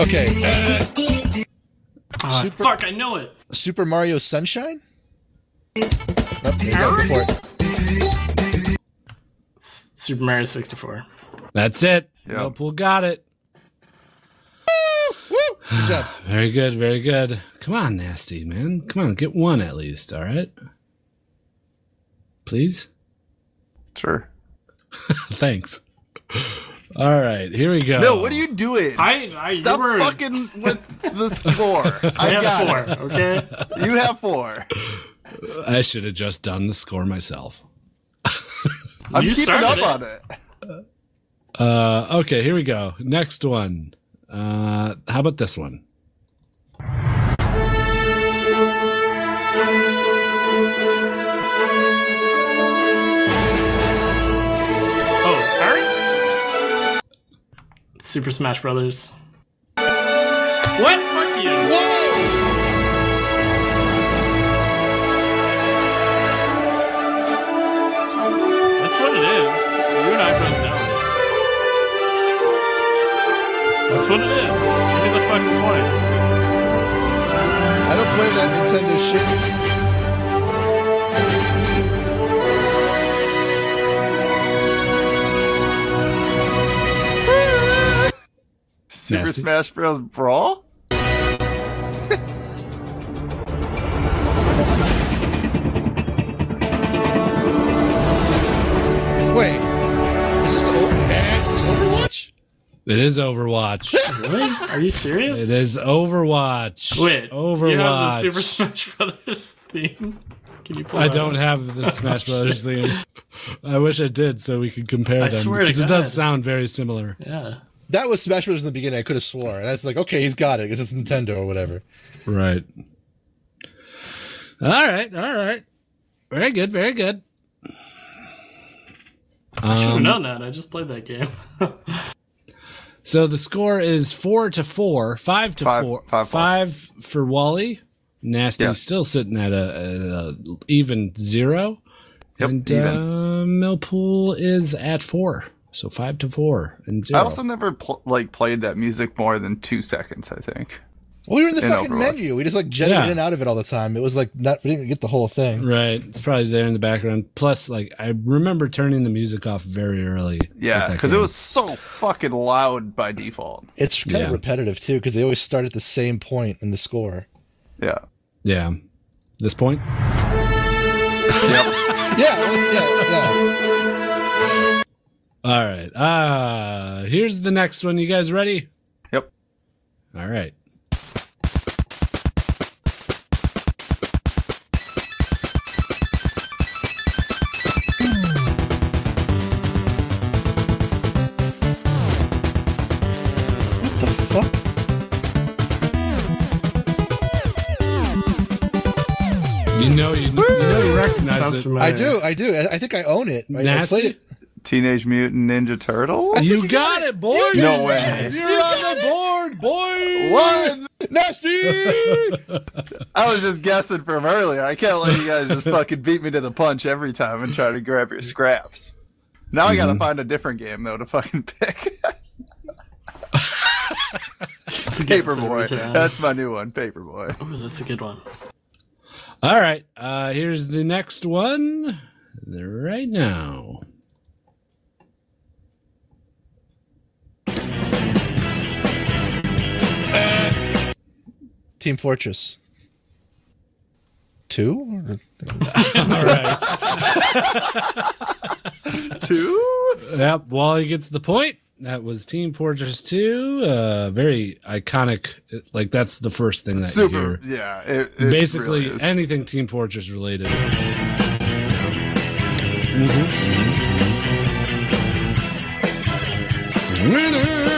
S2: Okay, uh,
S4: Ah,
S2: Super-
S4: Fuck, I know it.
S2: Super Mario Sunshine. Oh, here you go. Go for it.
S4: It's Super Mario 64.
S1: That's it.
S3: Yep.
S1: Millpool got it.
S2: Good job.
S1: Very good. Very good. Come on, nasty man. Come on, get one at least. All right. Please.
S3: Sure.
S1: Thanks. All right. Here we go.
S3: No, what are you doing?
S4: Oh. I, I,
S3: Stop
S4: you were,
S3: fucking with the score.
S4: I
S3: I
S4: have
S3: got
S4: four,
S3: it.
S4: okay?
S3: You have four.
S1: I should have just done the score myself.
S3: I'm
S4: You
S3: keeping
S4: started
S3: up
S4: it.
S3: on it.
S1: Uh, okay, here we go. Next one. Uh, how about this one?
S4: Oh, alright. Oh, Super Smash Brothers. What? Fuck you. That's what it is. You and I both know. That's what it is. Give me the fucking point.
S2: I don't play that Nintendo shit.
S3: Super
S1: Nasty.
S3: Smash Bros. Brawl?
S2: Wait, is this, o- eh, is this Overwatch?
S1: It is Overwatch.
S4: Really? Are you serious?
S1: it is Overwatch.
S4: Wait,
S1: Overwatch.
S4: do you have the Super Smash Brothers theme? Can you pull
S1: I
S4: that
S1: don't
S4: up?
S1: have the Smash Brothers theme. I wish I did, so we could compare
S4: I
S1: them
S4: swear to
S1: because it
S4: God.
S1: does sound very similar.
S4: Yeah.
S2: That was Smash Bros. in the beginning. I could have swore, and I was like, okay, he's got it because it's Nintendo or whatever.
S1: Right. All right. All right. Very good. Very good.
S4: I
S1: Um,
S4: should have known that. I just played that game.
S1: So the score is four to four, five to
S3: Five-
S1: four,
S3: five,
S1: five for Wally. Nasty
S3: Yeah.
S1: still sitting at a, at a even zero,
S3: Yep,
S1: and
S3: even.
S1: Uh, Millpool is at four, so five to four and zero.
S3: I also never pl- like played that music more than two seconds. I think.
S2: Well, we were in the
S3: In
S2: fucking
S3: Overwatch.
S2: menu. We just like jetted
S1: Yeah.
S2: in and out of it all the time. It was like not we didn't get the whole thing.
S1: right, it's probably there in the background. Plus, like I remember turning the music off very early. with
S3: Yeah,
S1: that
S3: because it
S1: game.
S3: was so fucking loud by default.
S2: It's kind
S1: Yeah.
S2: of repetitive too because they always start at the same point in the score.
S3: Yeah.
S1: yeah. This point,
S3: Yep.
S2: Yeah, well, it's- yeah, yeah.
S1: all right. Uh here's the next one. You guys ready?
S3: yep.
S1: All right.
S2: What the fuck?
S1: You know you, you know you recognize
S4: Sounds
S1: it.
S4: familiar.
S2: I do, I do. I, I think I own it. I, I
S1: Nasty?
S2: played it.
S3: Teenage Mutant Ninja Turtle.
S2: I
S1: You
S2: think
S1: got it, boy.
S3: No way.
S1: You're on the board, boy.
S3: One.
S2: Nasty.
S3: I was just guessing from earlier. I can't let you guys just fucking beat me to the punch every time and try to grab your scraps. Now I gotta find a different game though to fucking pick.
S4: It's a good- it's a
S3: Paperboy.
S4: good time.
S3: That's Oh, my new one. Paperboy.
S4: Ooh, Oh, that's a good one.
S1: All right. Uh, here's the next one right now.
S2: Team Fortress. Two? Or-
S1: All right.
S3: Two.
S1: yep. Wally gets the point. That was Team Fortress 2. Uh, very iconic. Like, that's the first thing that you
S3: Super.
S1: hear.
S3: Yeah. It, it
S1: Basically,
S3: really is.
S1: anything Team Fortress related. Mm-hmm. Winner! Mm-hmm.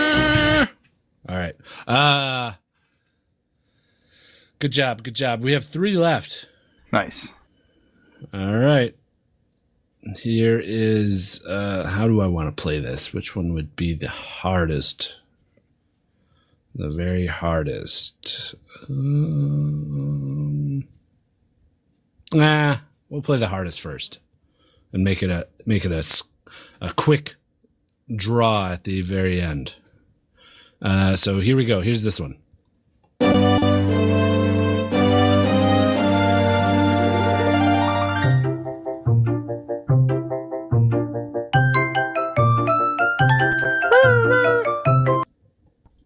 S1: All right. Uh, good job. Good job. We have three left.
S3: Nice.
S1: All right. Here is uh how do I want to play this? Which one would be the hardest? The very hardest. Um, nah, we'll play the hardest first and make it a make it a s- a quick draw at the very end. Uh so here we go. Here's this one.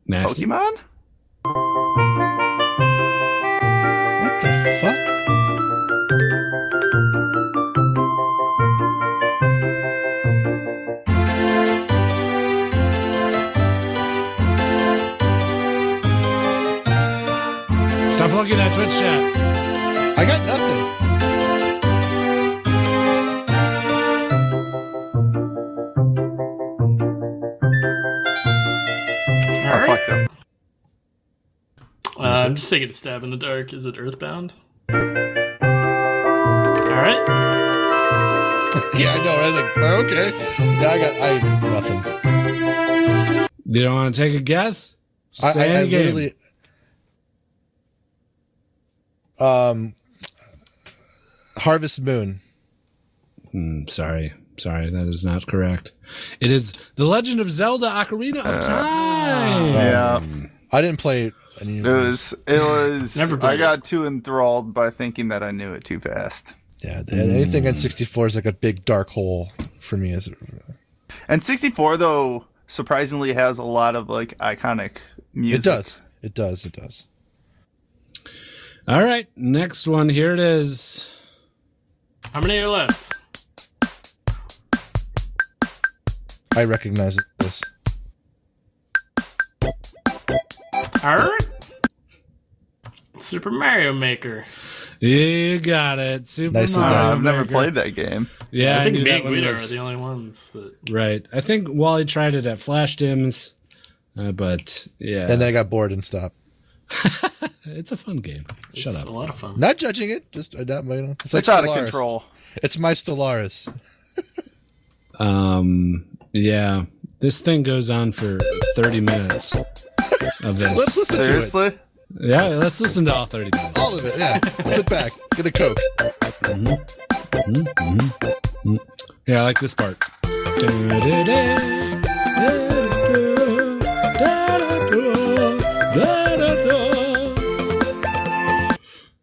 S1: Nasty.
S3: Pokemon?
S2: What the fuck?
S1: Stop looking at Twitch chat.
S2: I got nothing.
S3: I fucked up.
S4: Uh,
S1: Mm-hmm.
S4: I'm just taking a stab in the dark. Is it Earthbound? All right.
S2: Yeah, I know. I was like, oh, okay. Yeah, I got I nothing.
S1: You don't want to take a guess?
S2: I,
S1: Say
S2: I, I
S1: the game.
S2: literally. Um, Harvest Moon.
S1: Mm, sorry. Sorry, that is not correct. It is The Legend of Zelda Ocarina
S3: Uh.
S1: of Time.
S3: Yeah.
S2: I didn't play any of
S3: It was. It was.
S4: Never
S3: I
S4: played
S3: got too enthralled by thinking that I knew it too fast.
S2: Yeah, th- anything on 64 is like a big dark hole for me. Is
S3: And 64 though surprisingly has a lot of like iconic music. Uh,
S2: it does, it does, it does.
S1: All right, next one. Here it is.
S4: How many are left?
S2: I recognize this.
S4: Art? Super Mario Maker.
S1: You got it. Super
S2: Nicely
S1: Mario.
S3: Uh, I've never
S1: Maker.
S3: played that game.
S1: Yeah,
S4: I
S1: I,
S4: think
S1: knew
S4: me
S1: that
S4: and
S1: one
S4: Guido
S1: was-
S4: are the only ones that.
S1: right. I think Wally tried it at Flash Dims, uh, but yeah,
S2: And then I got bored and stopped.
S1: it's a fun game. Shut
S4: it's
S1: up.
S4: a lot of fun.
S2: Not judging it, just uh, not my. It's, like
S3: It's out of
S2: Stellaris.
S3: control.
S2: It's my Stellaris.
S1: Um, yeah, this thing goes on for thirty minutes of this.
S2: Let's listen to
S3: Seriously?
S1: yeah, let's listen to all thirty minutes.
S2: it. All of it. Yeah. Sit back. Get a coke.
S1: Yeah, I like this part.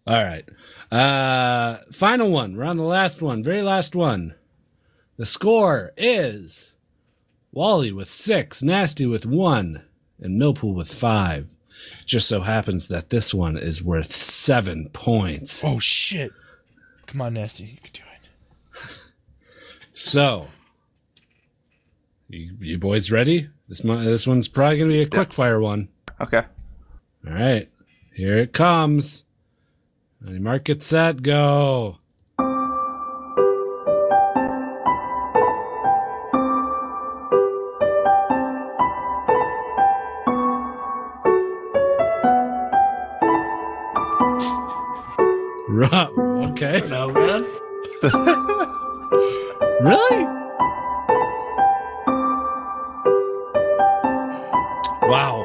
S1: All right. Uh final one. We're on the last one. Very last one. The score is Wally with 6, Nasty with 1, and Millpool with 5. Just so happens that this one is worth 7 points.
S2: Oh shit! Come on, nasty. You can do it.
S1: So, you, you boys ready? This mo- this one's probably gonna be a quick fire one.
S3: Okay.
S1: All right, here it comes. On your mark, get set, go. Right. Okay.
S4: Not bad.
S1: Really? Wow.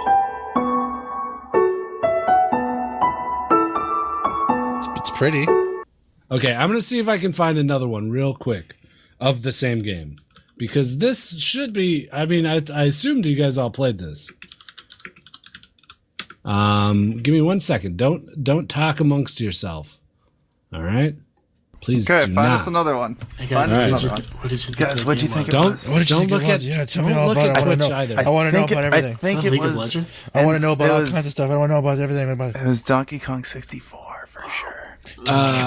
S2: It's, it's pretty.
S1: Okay, I'm going to see if I can find another one real quick of the same game. Because this should be, I mean, I, I assumed you guys all played this. Um, give me one second. Don't don't talk amongst yourself. All right, please
S3: Okay,
S1: do
S3: find
S1: not.
S3: us another one.
S4: Hey
S3: Find
S1: Alright.
S4: guys, what, did you, what did you think?
S3: Guys,
S4: that
S3: what'd you
S4: game
S3: think
S4: was?
S3: of-
S1: don't
S3: Don't-
S2: What did you
S1: don't
S2: think it
S1: look at
S2: was? Yeah, tell me
S1: don't
S2: all
S1: look
S2: about it.
S1: at
S2: I wanna
S1: Twitch
S2: know.
S1: either.
S2: I wanna
S3: think
S2: know about
S3: it-
S2: everything.
S3: I think
S4: Not
S3: it
S4: League of
S3: was,
S4: Legends?
S2: I want to know
S3: it
S2: about all
S3: was-
S2: kinds of stuff. I want to know about everything. About
S3: It was Donkey Kong 64
S2: Oh.
S3: for sure.
S4: It's definitely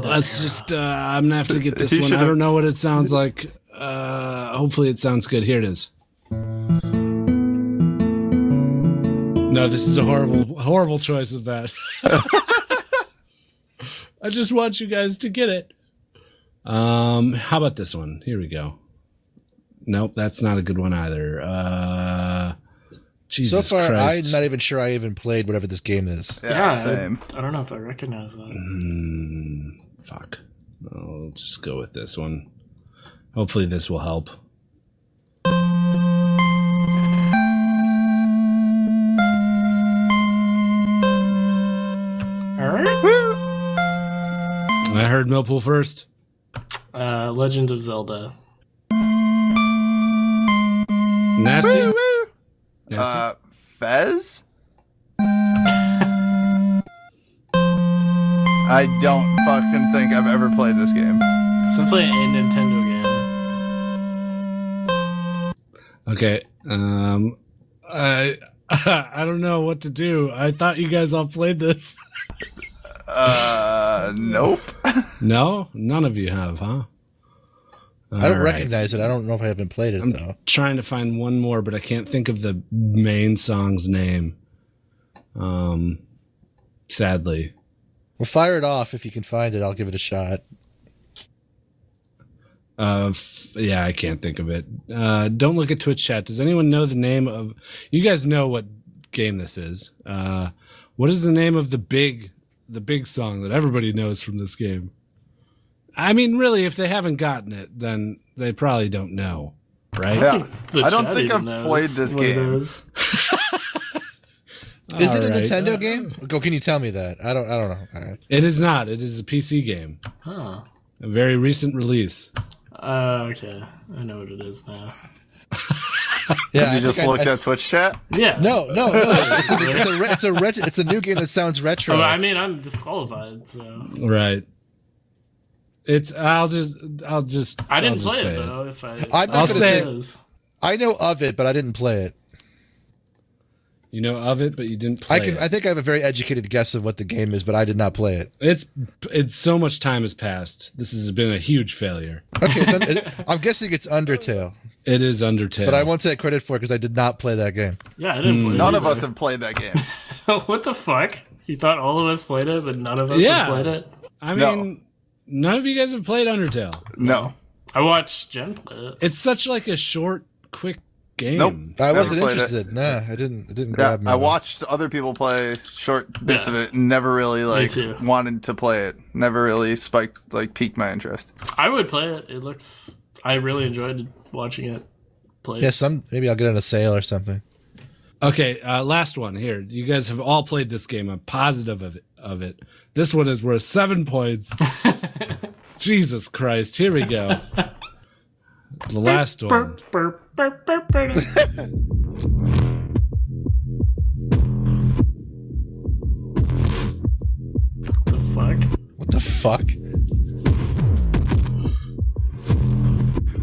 S4: that
S1: Let's
S4: era.
S1: just, uh, I'm gonna have to get this
S3: You
S1: one. I
S3: should've-
S1: don't know what it sounds like. Uh, hopefully it sounds good. Here it is. No, this is a horrible, horrible choice of that. I just want you guys to get it. Um, how about this one? Here we go. Nope, that's not a good one either. Uh, Jesus
S2: so far,
S1: Christ.
S2: I'm not even sure I even played whatever this game is.
S3: Yeah,
S4: Yeah, I-
S3: same.
S4: I don't know if I recognize that.
S1: Mm, fuck. I'll just go with this one. Hopefully, this will help.
S4: All right.
S1: I heard Millpool first.
S4: Uh, Legend of Zelda.
S1: Nasty. Nasty.
S3: Uh, Fez? I don't fucking think I've ever played this game.
S4: It's definitely a Nintendo game.
S1: okay. Um, I I don't know what to do. I thought you guys all played this.
S3: Uh, nope.
S1: No, none of you have, huh?
S2: I don't
S1: All right.
S2: recognize it. I don't know if I haven't played it though.
S1: Trying to find one more, but I can't think of the main song's name. Um, sadly.
S2: Well, fire it off if you can find it. I'll give it a shot.
S1: Uh, f- yeah, I can't think of it. Uh, don't look at Twitch chat. Does anyone know the name of? You guys know what game this is. Uh, what is the name of the big, the big song that everybody knows from this game? I mean, really, if they haven't gotten it, then they probably don't know, right?
S3: Yeah.
S4: The
S3: I don't
S4: chat
S3: think
S4: even
S3: I've
S4: knows
S3: played this
S4: what it
S3: game.
S4: is.
S2: Is it a
S1: Alright.
S2: Nintendo game? Go. Can you tell me that? I don't. I don't know. All right.
S1: It is not. It is a PC game,
S4: Huh.
S1: a very recent release.
S4: Uh, okay. I know what it is now.
S2: Yeah. I
S3: You just
S2: think I-
S3: looked
S2: I-
S3: at Twitch chat?
S4: Yeah.
S2: No, no, no. It's, it's a it's a, re- it's, a ret- it's a new game that sounds retro.
S4: Well, I mean, I'm disqualified, so
S1: Right. It's. I'll just. I'll just.
S4: I
S1: will
S4: didn't
S1: just
S4: play
S1: say
S4: it though. If I,
S2: not
S1: gonna say-
S4: is.
S2: I know of it, but I didn't play it.
S1: You know of it, but you didn't play
S2: I can.
S1: it.
S2: I think I have a very educated guess of what the game is, but I did not play it.
S1: It's it's so much time has passed. This has been a huge failure.
S2: Okay, it's un- it, I'm guessing it's Undertale,
S1: It is Undertale.
S2: but I won't take credit for it because I did not play that game.
S4: Yeah, I didn't play it.
S3: None of us
S4: either.
S3: have played that game.
S4: what the fuck? You thought all of us played it, but none of us
S1: Yeah.
S4: have played it.
S1: I
S3: No.
S1: mean, none of you guys have played Undertale.
S3: No.
S4: I watched Jen play it.
S1: It's such like a short, quick game.
S3: Nope.
S2: I
S3: Never
S2: wasn't
S3: played it.
S2: interested. Nah, I didn't. It didn't
S3: Yeah,
S2: grab me.
S3: I watched other people play short bits
S4: Yeah.
S3: of it and never really like
S4: too.
S3: wanted to play it. Never really spiked like piqued my interest.
S4: I would play it. It looks. I really enjoyed watching it play.
S2: Yeah, some maybe I'll get on a sale or something.
S1: Okay, uh, last one here. You guys have all played this game. I'm positive of it. Of it. This one is worth seven points. Jesus Christ! Here we go. The last one.
S4: Burp, burp, burp, burp, burp. the fuck?
S2: What the fuck?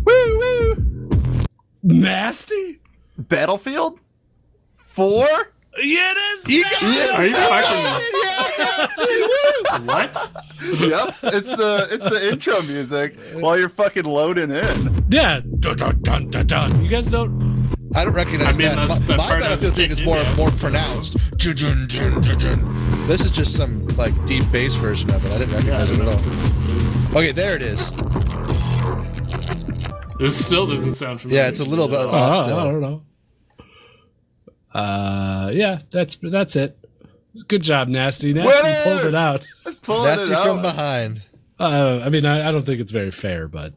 S3: Woo woo!
S1: Nasty.
S3: Battlefield four?
S1: Yeah, it is.
S4: Are you fucking? what?
S3: yep. It's the it's the intro music while you're fucking loading in.
S1: Yeah. Dun, dun, dun, dun, dun. You guys don't
S2: I don't recognize
S4: I mean,
S2: that.
S4: that's
S2: My,
S4: the
S2: my
S4: part
S2: Battlefield
S4: of
S2: thing is more
S4: Indiana.
S2: more pronounced. Dun-dun, dun-dun-dun. This is just some like deep bass version of it. I didn't
S4: Yeah, I
S2: recognize
S4: don't
S2: it
S4: know.
S2: at all.
S4: if This is.
S2: Okay, there it is.
S4: This still doesn't sound familiar.
S2: Yeah, it's a little
S4: to me
S2: bit
S4: at all.
S2: off still.
S1: Uh-huh, I don't know. Uh, yeah, that's that's it. Good job, Nasty. Nasty
S3: Winner!
S1: pulled it out.
S3: Pulling
S2: Nasty
S3: it out.
S2: from behind.
S1: Uh, I mean, I, I don't think it's very fair, but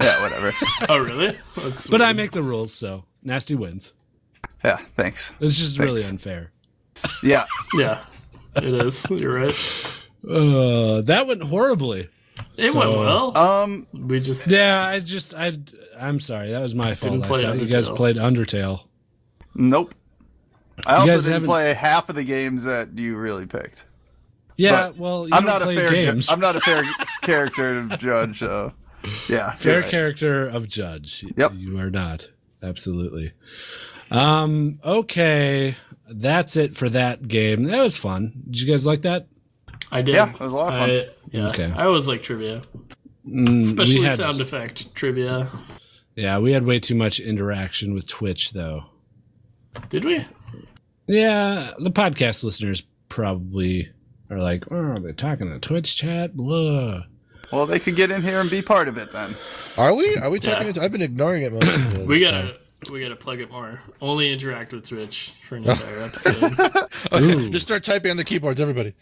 S3: Yeah, whatever.
S4: Oh really? That's
S1: but I
S4: weird.
S1: make the rules, so Nasty wins.
S3: Yeah, thanks.
S1: It's just really
S3: Thanks.
S1: unfair.
S3: Yeah.
S4: Yeah, it is. You're right.
S1: Uh, that went horribly.
S4: It
S1: So-
S4: went well.
S3: Um
S4: we just
S1: Yeah, I just I I'm sorry. That was my fault.
S4: Didn't
S1: I
S4: play
S1: thought you guys
S4: Undertale.
S1: played Undertale.
S3: nope. I
S1: You
S3: also
S1: guys
S3: didn't
S1: haven't-
S3: play half of the games that you really picked.
S1: Yeah,
S3: But
S1: well, you
S3: I'm
S1: don't
S3: not,
S1: play
S3: a fair ju-
S1: games.
S3: I'm not a fair character to judge, so yeah.
S1: fair
S3: you're right.
S1: character of judge.
S3: Yep.
S1: You are not. Absolutely. Um, okay. That's it for that game. That was fun. Did you guys like that?
S4: I did.
S3: Yeah, it was a lot of fun.
S4: I, yeah,
S1: Okay.
S4: I always like trivia,
S1: Mm,
S4: especially
S1: we had,
S4: sound effect trivia.
S1: Yeah, we had way too much interaction with Twitch though.
S4: Did we?
S1: Yeah, the podcast listeners probably are like, oh, they're talking to Twitch chat. Blah.
S3: Well, they could get in here and be part of it then.
S2: Are we? Are we talking? Into, I've been ignoring it most of the
S4: We
S2: time.
S4: gotta We gotta plug it more. Only interact with Twitch for an entire episode.
S2: Okay,
S1: Ooh.
S2: just start typing on the keyboards, everybody.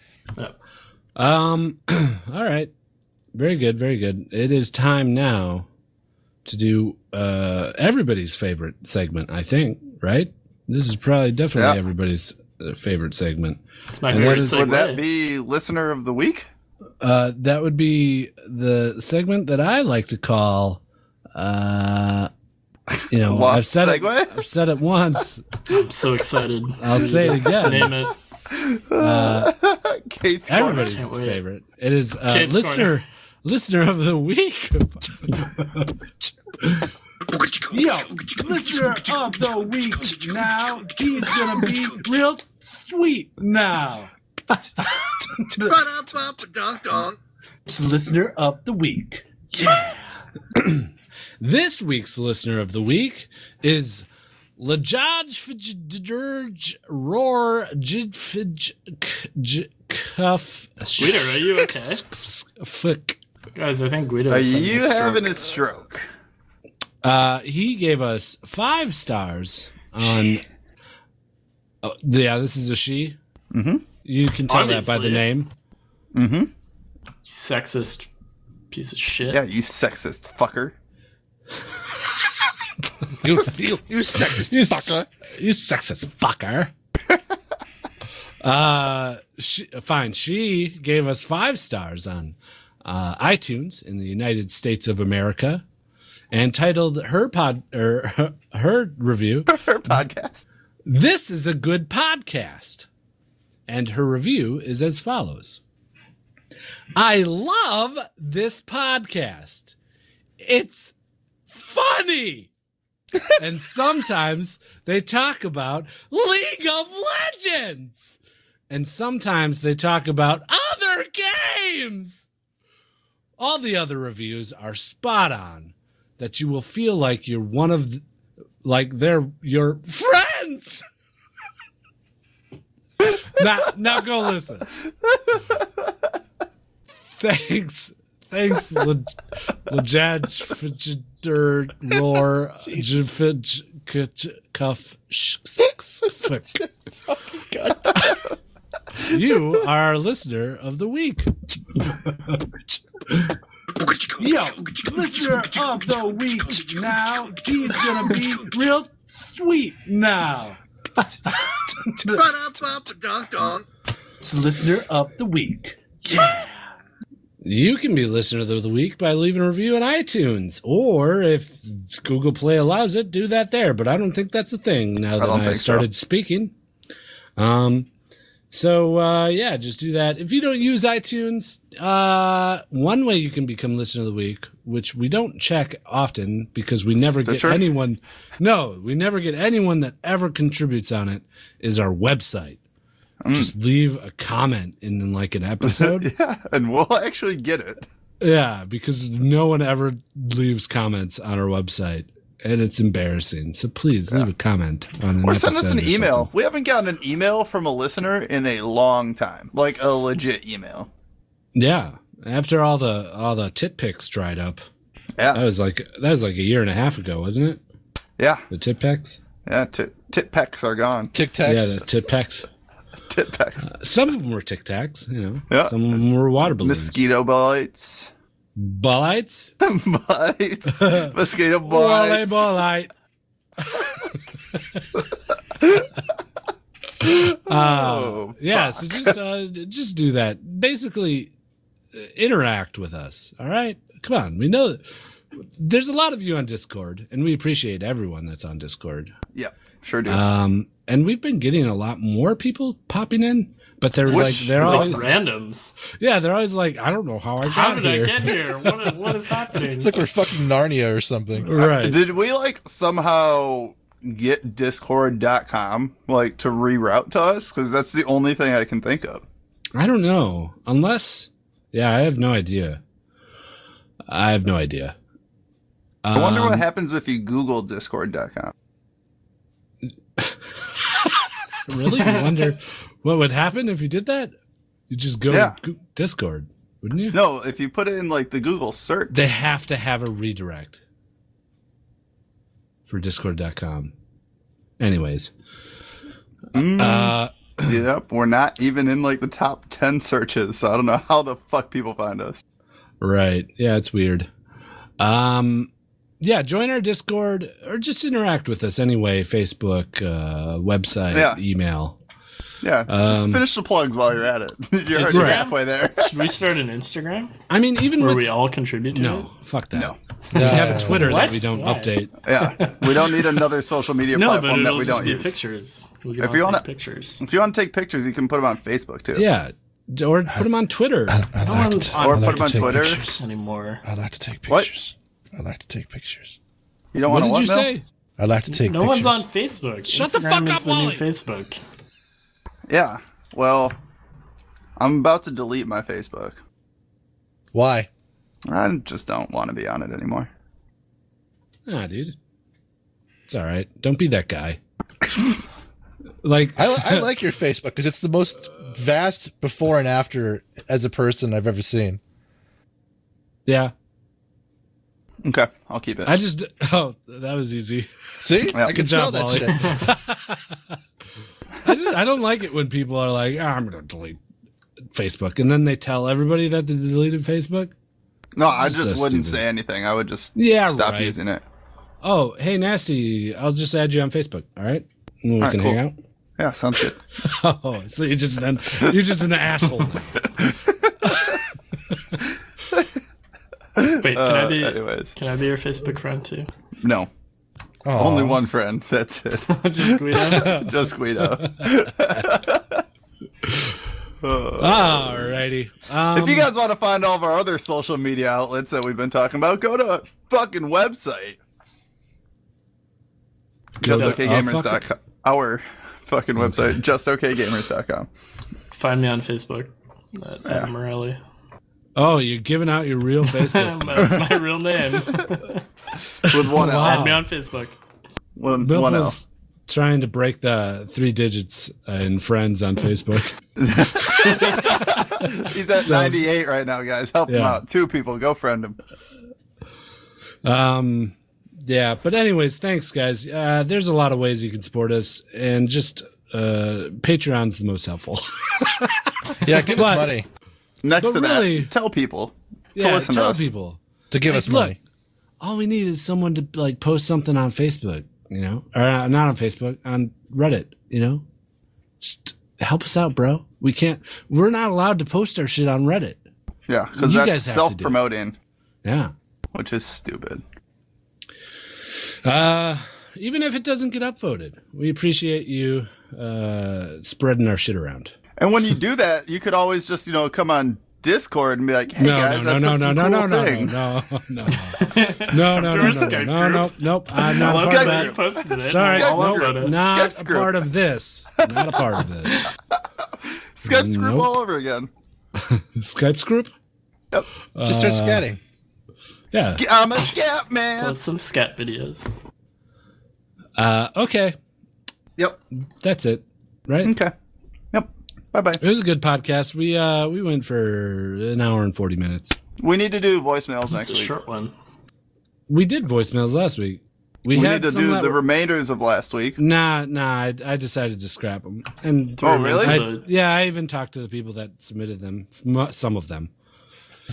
S1: Um, all right. Very good, very good. It is time now to do uh everybody's favorite segment, I think, right? This is probably definitely
S3: Yeah.
S1: everybody's uh, favorite segment.
S4: It's my
S1: And
S4: favorite
S1: what is-
S4: segment.
S3: Would that be listener of the week?
S1: Uh that would be the segment that I like to call uh you know,
S3: Lost
S1: I've said it,
S3: segue?
S1: I've said it once.
S4: I'm so excited.
S1: I'll say it
S4: Name
S1: again.
S4: it.
S3: Kate's
S1: Everybody's
S4: Can't wait.
S1: favorite. It is uh,
S4: Kids'
S1: listener listener of the week.
S7: Yo, listener of the week now. He's gonna be real sweet now. It's listener of the week.
S1: This week's listener of the week is Lajaj Fjdrj Roar Jidfij K- Cuff
S4: Guido, are you okay?
S1: Fuck.
S4: Guys, I think Guido
S3: Are
S4: is having a
S3: you
S4: stroke.
S3: having a stroke?
S1: Uh, he gave us five stars on. Oh, yeah, this is a she. Mm-hmm. You can tell that by the
S4: Obviously.
S1: name.
S4: sexist piece of shit?
S3: Yeah, you sexist fucker.
S2: You, you, you sexist
S1: You
S2: fucker.
S1: s- You sexist fucker. uh, she, fine. She gave us five stars on uh, iTunes in the United States of America, and titled her pod or her, her review.
S3: Her podcast.
S1: this is a good podcast, and her review is as follows. I love this podcast. It's funny. and sometimes they talk about League of Legends. And sometimes they talk about other games. All the other reviews are spot on that you will feel like you're one of th- like they're your friends. now now go listen. Thanks. Thanks, Le- Lajaj Fidgeter Roar Jfidge Kitch Cuff Sh- Sh- Fick. You are our listener of the week.
S7: Yo, listener of the week now. He's gonna be real sweet now. It's listener of the week.
S1: You can be listener of the week by leaving a review on iTunes, or if Google Play allows it, do that there. But I don't think that's a thing now that
S3: don't
S1: I,
S3: think so.
S1: started speaking. Um, so uh, yeah, just do that. If you don't use iTunes, uh, one way you can become listener of the week, which we don't check often because we never
S3: Stitcher?
S1: get anyone. No, we never get anyone that ever contributes on it. Is our website. Just leave a comment in like an episode.
S3: Hmm. Yeah, and we'll actually get it.
S1: Yeah, because no one ever leaves comments on our website, and it's embarrassing. So please leave a comment on an
S3: Or send us an
S1: episode or
S3: email.
S1: something.
S3: We haven't gotten an email from a listener in a long time. Like a legit email.
S1: Yeah, after all the all the tit pics dried up, that
S3: Yeah.
S1: was like that was like a year and a half ago, wasn't it?
S3: Yeah.
S1: The tit pics.
S3: Yeah. Tit, tit pecks are gone.
S2: Tic
S1: Yeah,
S2: Tacs.
S1: the tit pics.
S3: Tit pecks.
S1: Some of them were tic tacs, you know.
S3: Yeah.
S1: Some of them were water balloons.
S3: Mosquito bites.
S1: Ballites.
S3: bites. Mosquito
S1: Wally
S3: bites.
S1: ballite. uh,
S3: Oh,
S1: Yeah, so just uh, just do that. Basically, uh, interact with us. All right, come on. We know there's a lot of you on Discord, and we appreciate everyone that's on Discord.
S3: yeah. Sure do.
S1: Um, and we've been getting a lot more people popping in, but they're like they're
S3: is
S1: always
S3: awesome.
S4: Randoms.
S1: yeah they're always like I don't know how I got
S4: How did
S1: here.
S4: I get here? What, what is happening?
S2: It's like we're fucking Narnia or something.
S1: right.
S3: Did we like somehow get discord.com like to reroute to us? Because that's the only thing I can think of.
S1: I don't know. Unless, yeah, I have no idea. I have no idea.
S3: I wonder
S1: Um,
S3: what happens if you Google discord.com.
S1: Really? You wonder what would happen if you did that? You just go
S3: Yeah.
S1: to Go- Discord, wouldn't you?
S3: No, if you put it in like the Google search.
S1: They have to have a redirect for discord.com. Anyways,
S3: Mm,
S1: uh,
S3: yep, we're not even in like the top 10 searches, so I don't know how the fuck people find us.
S1: right. Yeah, it's weird. Um, yeah, join our Discord or just interact with us anyway Facebook, uh, website,
S3: Yeah.
S1: email.
S3: Yeah, just
S1: Um,
S3: finish the plugs while you're at it. you're
S4: It's
S3: already
S1: right.
S3: halfway there.
S4: Should we start an Instagram
S1: I mean, even
S4: where
S1: with.
S4: we all contribute to
S1: no, fuck that.
S3: No.
S1: We have a
S2: No.
S1: Twitter
S4: What?
S1: that we don't
S4: Why?
S1: update.
S3: yeah, we don't need another social media
S4: it? No, but
S3: platform that
S4: it'll
S3: we
S4: just
S3: don't
S4: be
S3: use.
S4: pictures. We can
S3: If
S4: all
S3: you
S4: take
S3: wanna-
S4: pictures.
S3: If you want to take pictures, you can put them on Facebook too.
S1: Yeah. Or put them on Twitter.
S2: I
S4: don't wanna
S2: like to
S4: look
S2: t-
S4: on-
S2: I
S4: Or
S2: like
S3: put
S2: to
S3: 'em on
S2: take
S3: Twitter.
S2: pictures.
S4: anymore.
S2: I like to take
S3: What?
S2: pictures. I like to take pictures.
S3: You don't
S1: What
S3: want to
S1: did you
S3: now?
S1: say?
S2: I like to take
S4: No
S2: pictures.
S4: one's on Facebook.
S1: Shut the
S4: Instagram
S1: fuck
S4: is
S1: up,
S4: the new
S1: Wally.
S4: Facebook.
S3: Yeah. Well, I'm about to delete my Facebook.
S2: Why?
S3: I just don't want to be on it anymore.
S1: Nah, dude. It's all right. Don't be that guy. like,
S2: I, li- I like your Facebook because it's the most vast before and after as a person I've ever seen.
S1: yeah.
S3: Okay, I'll keep it.
S1: I just. Oh, that was easy.
S2: See,
S3: Yeah.
S2: I can
S1: Good
S2: sell
S1: job,
S2: that
S1: Wally.
S2: shit.
S1: I just. I don't like it when people are like, "Ah, "I'm gonna delete Facebook," and then they tell everybody that they deleted Facebook.
S3: no, I
S1: This is
S3: just
S1: so
S3: wouldn't
S1: stupid.
S3: say anything. I would just
S1: Yeah,
S3: stop
S1: right.
S3: using it.
S1: Oh, hey, Nasty, I'll just add you on Facebook. All right, And we
S3: All right,
S1: can hang
S3: Yeah, sounds good.
S1: out. Oh, so you're just an you're just an asshole. now.
S4: Wait, can I
S3: Uh,
S4: be?
S3: anyways,
S4: Can I be your Facebook friend too?
S3: no,
S2: Aw.
S3: only one friend. That's it.
S4: Just Guido.
S3: just Guido.
S1: All righty. Um,
S3: if you guys want to find all of our other social media outlets that we've been talking about, go to our fucking website.
S1: uh, fuck
S3: JustOKGamers.com. Our fucking website, JustOKGamers.com.
S4: Find me on Facebook at Adam Morelli.
S1: Oh, you're giving out your real Facebook.
S4: That's my real name.
S3: With one L.
S1: Wow.
S4: Find me on Facebook.
S3: One,
S1: Bill
S3: one L.
S1: was trying to break the three digits uh, in friends on Facebook.
S3: He's at 98 right now, guys. Help him
S1: Yeah.
S3: out. Two people, go friend him.
S1: Um, yeah, but anyways, thanks guys. Uh, there's a lot of ways you can support us, and just uh, Patreon's the most helpful.
S2: Yeah, give
S1: But-
S2: us money
S3: Next
S1: But
S3: to
S1: really-
S3: that, tell people
S1: yeah,
S3: to listen
S1: tell
S3: to us.
S1: people.
S2: to give
S1: Hey,
S2: us
S1: look.
S2: money.
S1: All we need is someone to like post something on Facebook, you know, or uh, not on Facebook, on Reddit, you know. Just help us out, bro. We can't. We're not allowed to post our shit on Reddit.
S3: Yeah, because
S1: You guys have to
S3: that's
S1: do it.
S3: self promoting,
S1: Yeah.
S3: which is stupid.
S1: Uh, even if it doesn't get upvoted, we appreciate you uh, spreading our shit around.
S3: And when you do that, you could always just, you know, come on Discord and be like, hey,
S1: No,
S3: guys,
S1: no,
S3: I
S1: no,
S3: put
S1: no,
S3: some
S1: no,
S3: cool
S1: no, no, no,
S3: thing.
S1: no, no, no, no, no, no, no, no,
S4: Skype
S1: no, no,
S4: group.
S1: nope. I'm not a
S4: Love
S1: part of
S4: that you
S1: that.
S4: posted it.
S1: Sorry,
S3: Skype
S4: All
S1: nope,
S4: about
S3: group.
S4: it.
S1: not a
S3: Skype's group.
S1: part of this. Not a part of this.
S3: Skip script
S1: Nope.
S3: all over again.
S1: Skype's group?
S2: Just
S1: uh,
S2: start scatting.
S1: Yeah.
S3: Sk- I'm a scat man.
S4: Plus some scat videos.
S1: Uh, okay,
S3: yep.
S1: that's it. Right?
S3: Okay. Yep. Bye bye.
S1: It was a good podcast. We uh we went for an hour and forty minutes.
S3: We need to do voicemails
S4: It's
S3: next
S4: a
S3: week.
S4: short one.
S1: We did voicemails last week. We,
S3: We
S1: had
S3: need to
S1: some
S3: do
S1: that
S3: the
S1: were-
S3: remainders of last week.
S1: Nah, nah. I, I decided to scrap them. And
S3: Oh, really?
S1: I-
S4: So-
S1: yeah, I even talked to the people that submitted them. mu- Some of them.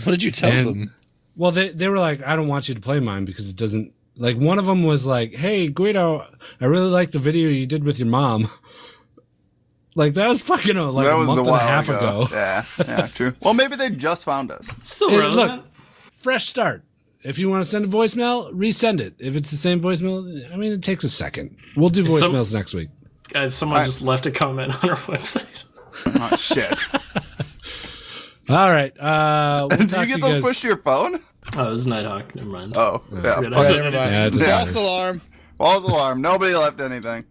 S2: What did you tell
S1: And-
S2: them?
S1: Well, they they were like, I don't want you to play mine because it doesn't. Like one of them was like, Hey Guido, I really like the video you did with your mom. Like that was fucking uh, like
S3: that
S1: a
S3: was
S1: month
S3: a
S1: and a
S3: while
S1: half ago.
S3: Yeah, yeah, true. Well, maybe they just found us.
S4: It's still
S1: Hey,
S4: relevant.
S1: look. Fresh start. If you want to send a voicemail, resend it. If it's the same voicemail, I mean, it takes a second. We'll do
S4: some-
S1: voicemails next week.
S4: Guys, someone
S3: I-
S4: just left a comment on our website.
S3: Oh shit!
S1: All right. Uh, we'll
S3: Do
S1: talk
S3: you
S1: to
S3: get those
S1: guys-
S3: pushed to your phone?
S4: Oh, it was Nighthawk. Never mind.
S3: Oh, yeah.
S4: Yeah, that's-
S3: fuck.
S2: All
S4: So-
S2: right, never mind.
S1: Yeah, it doesn't
S2: False
S1: matter.
S2: alarm.
S3: False alarm. Nobody left anything.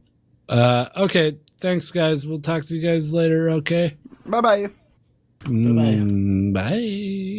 S1: Uh, okay. Thanks, guys. We'll talk to you guys later. Okay.
S3: Bye bye.
S4: Bye-bye.
S1: Mm, Bye.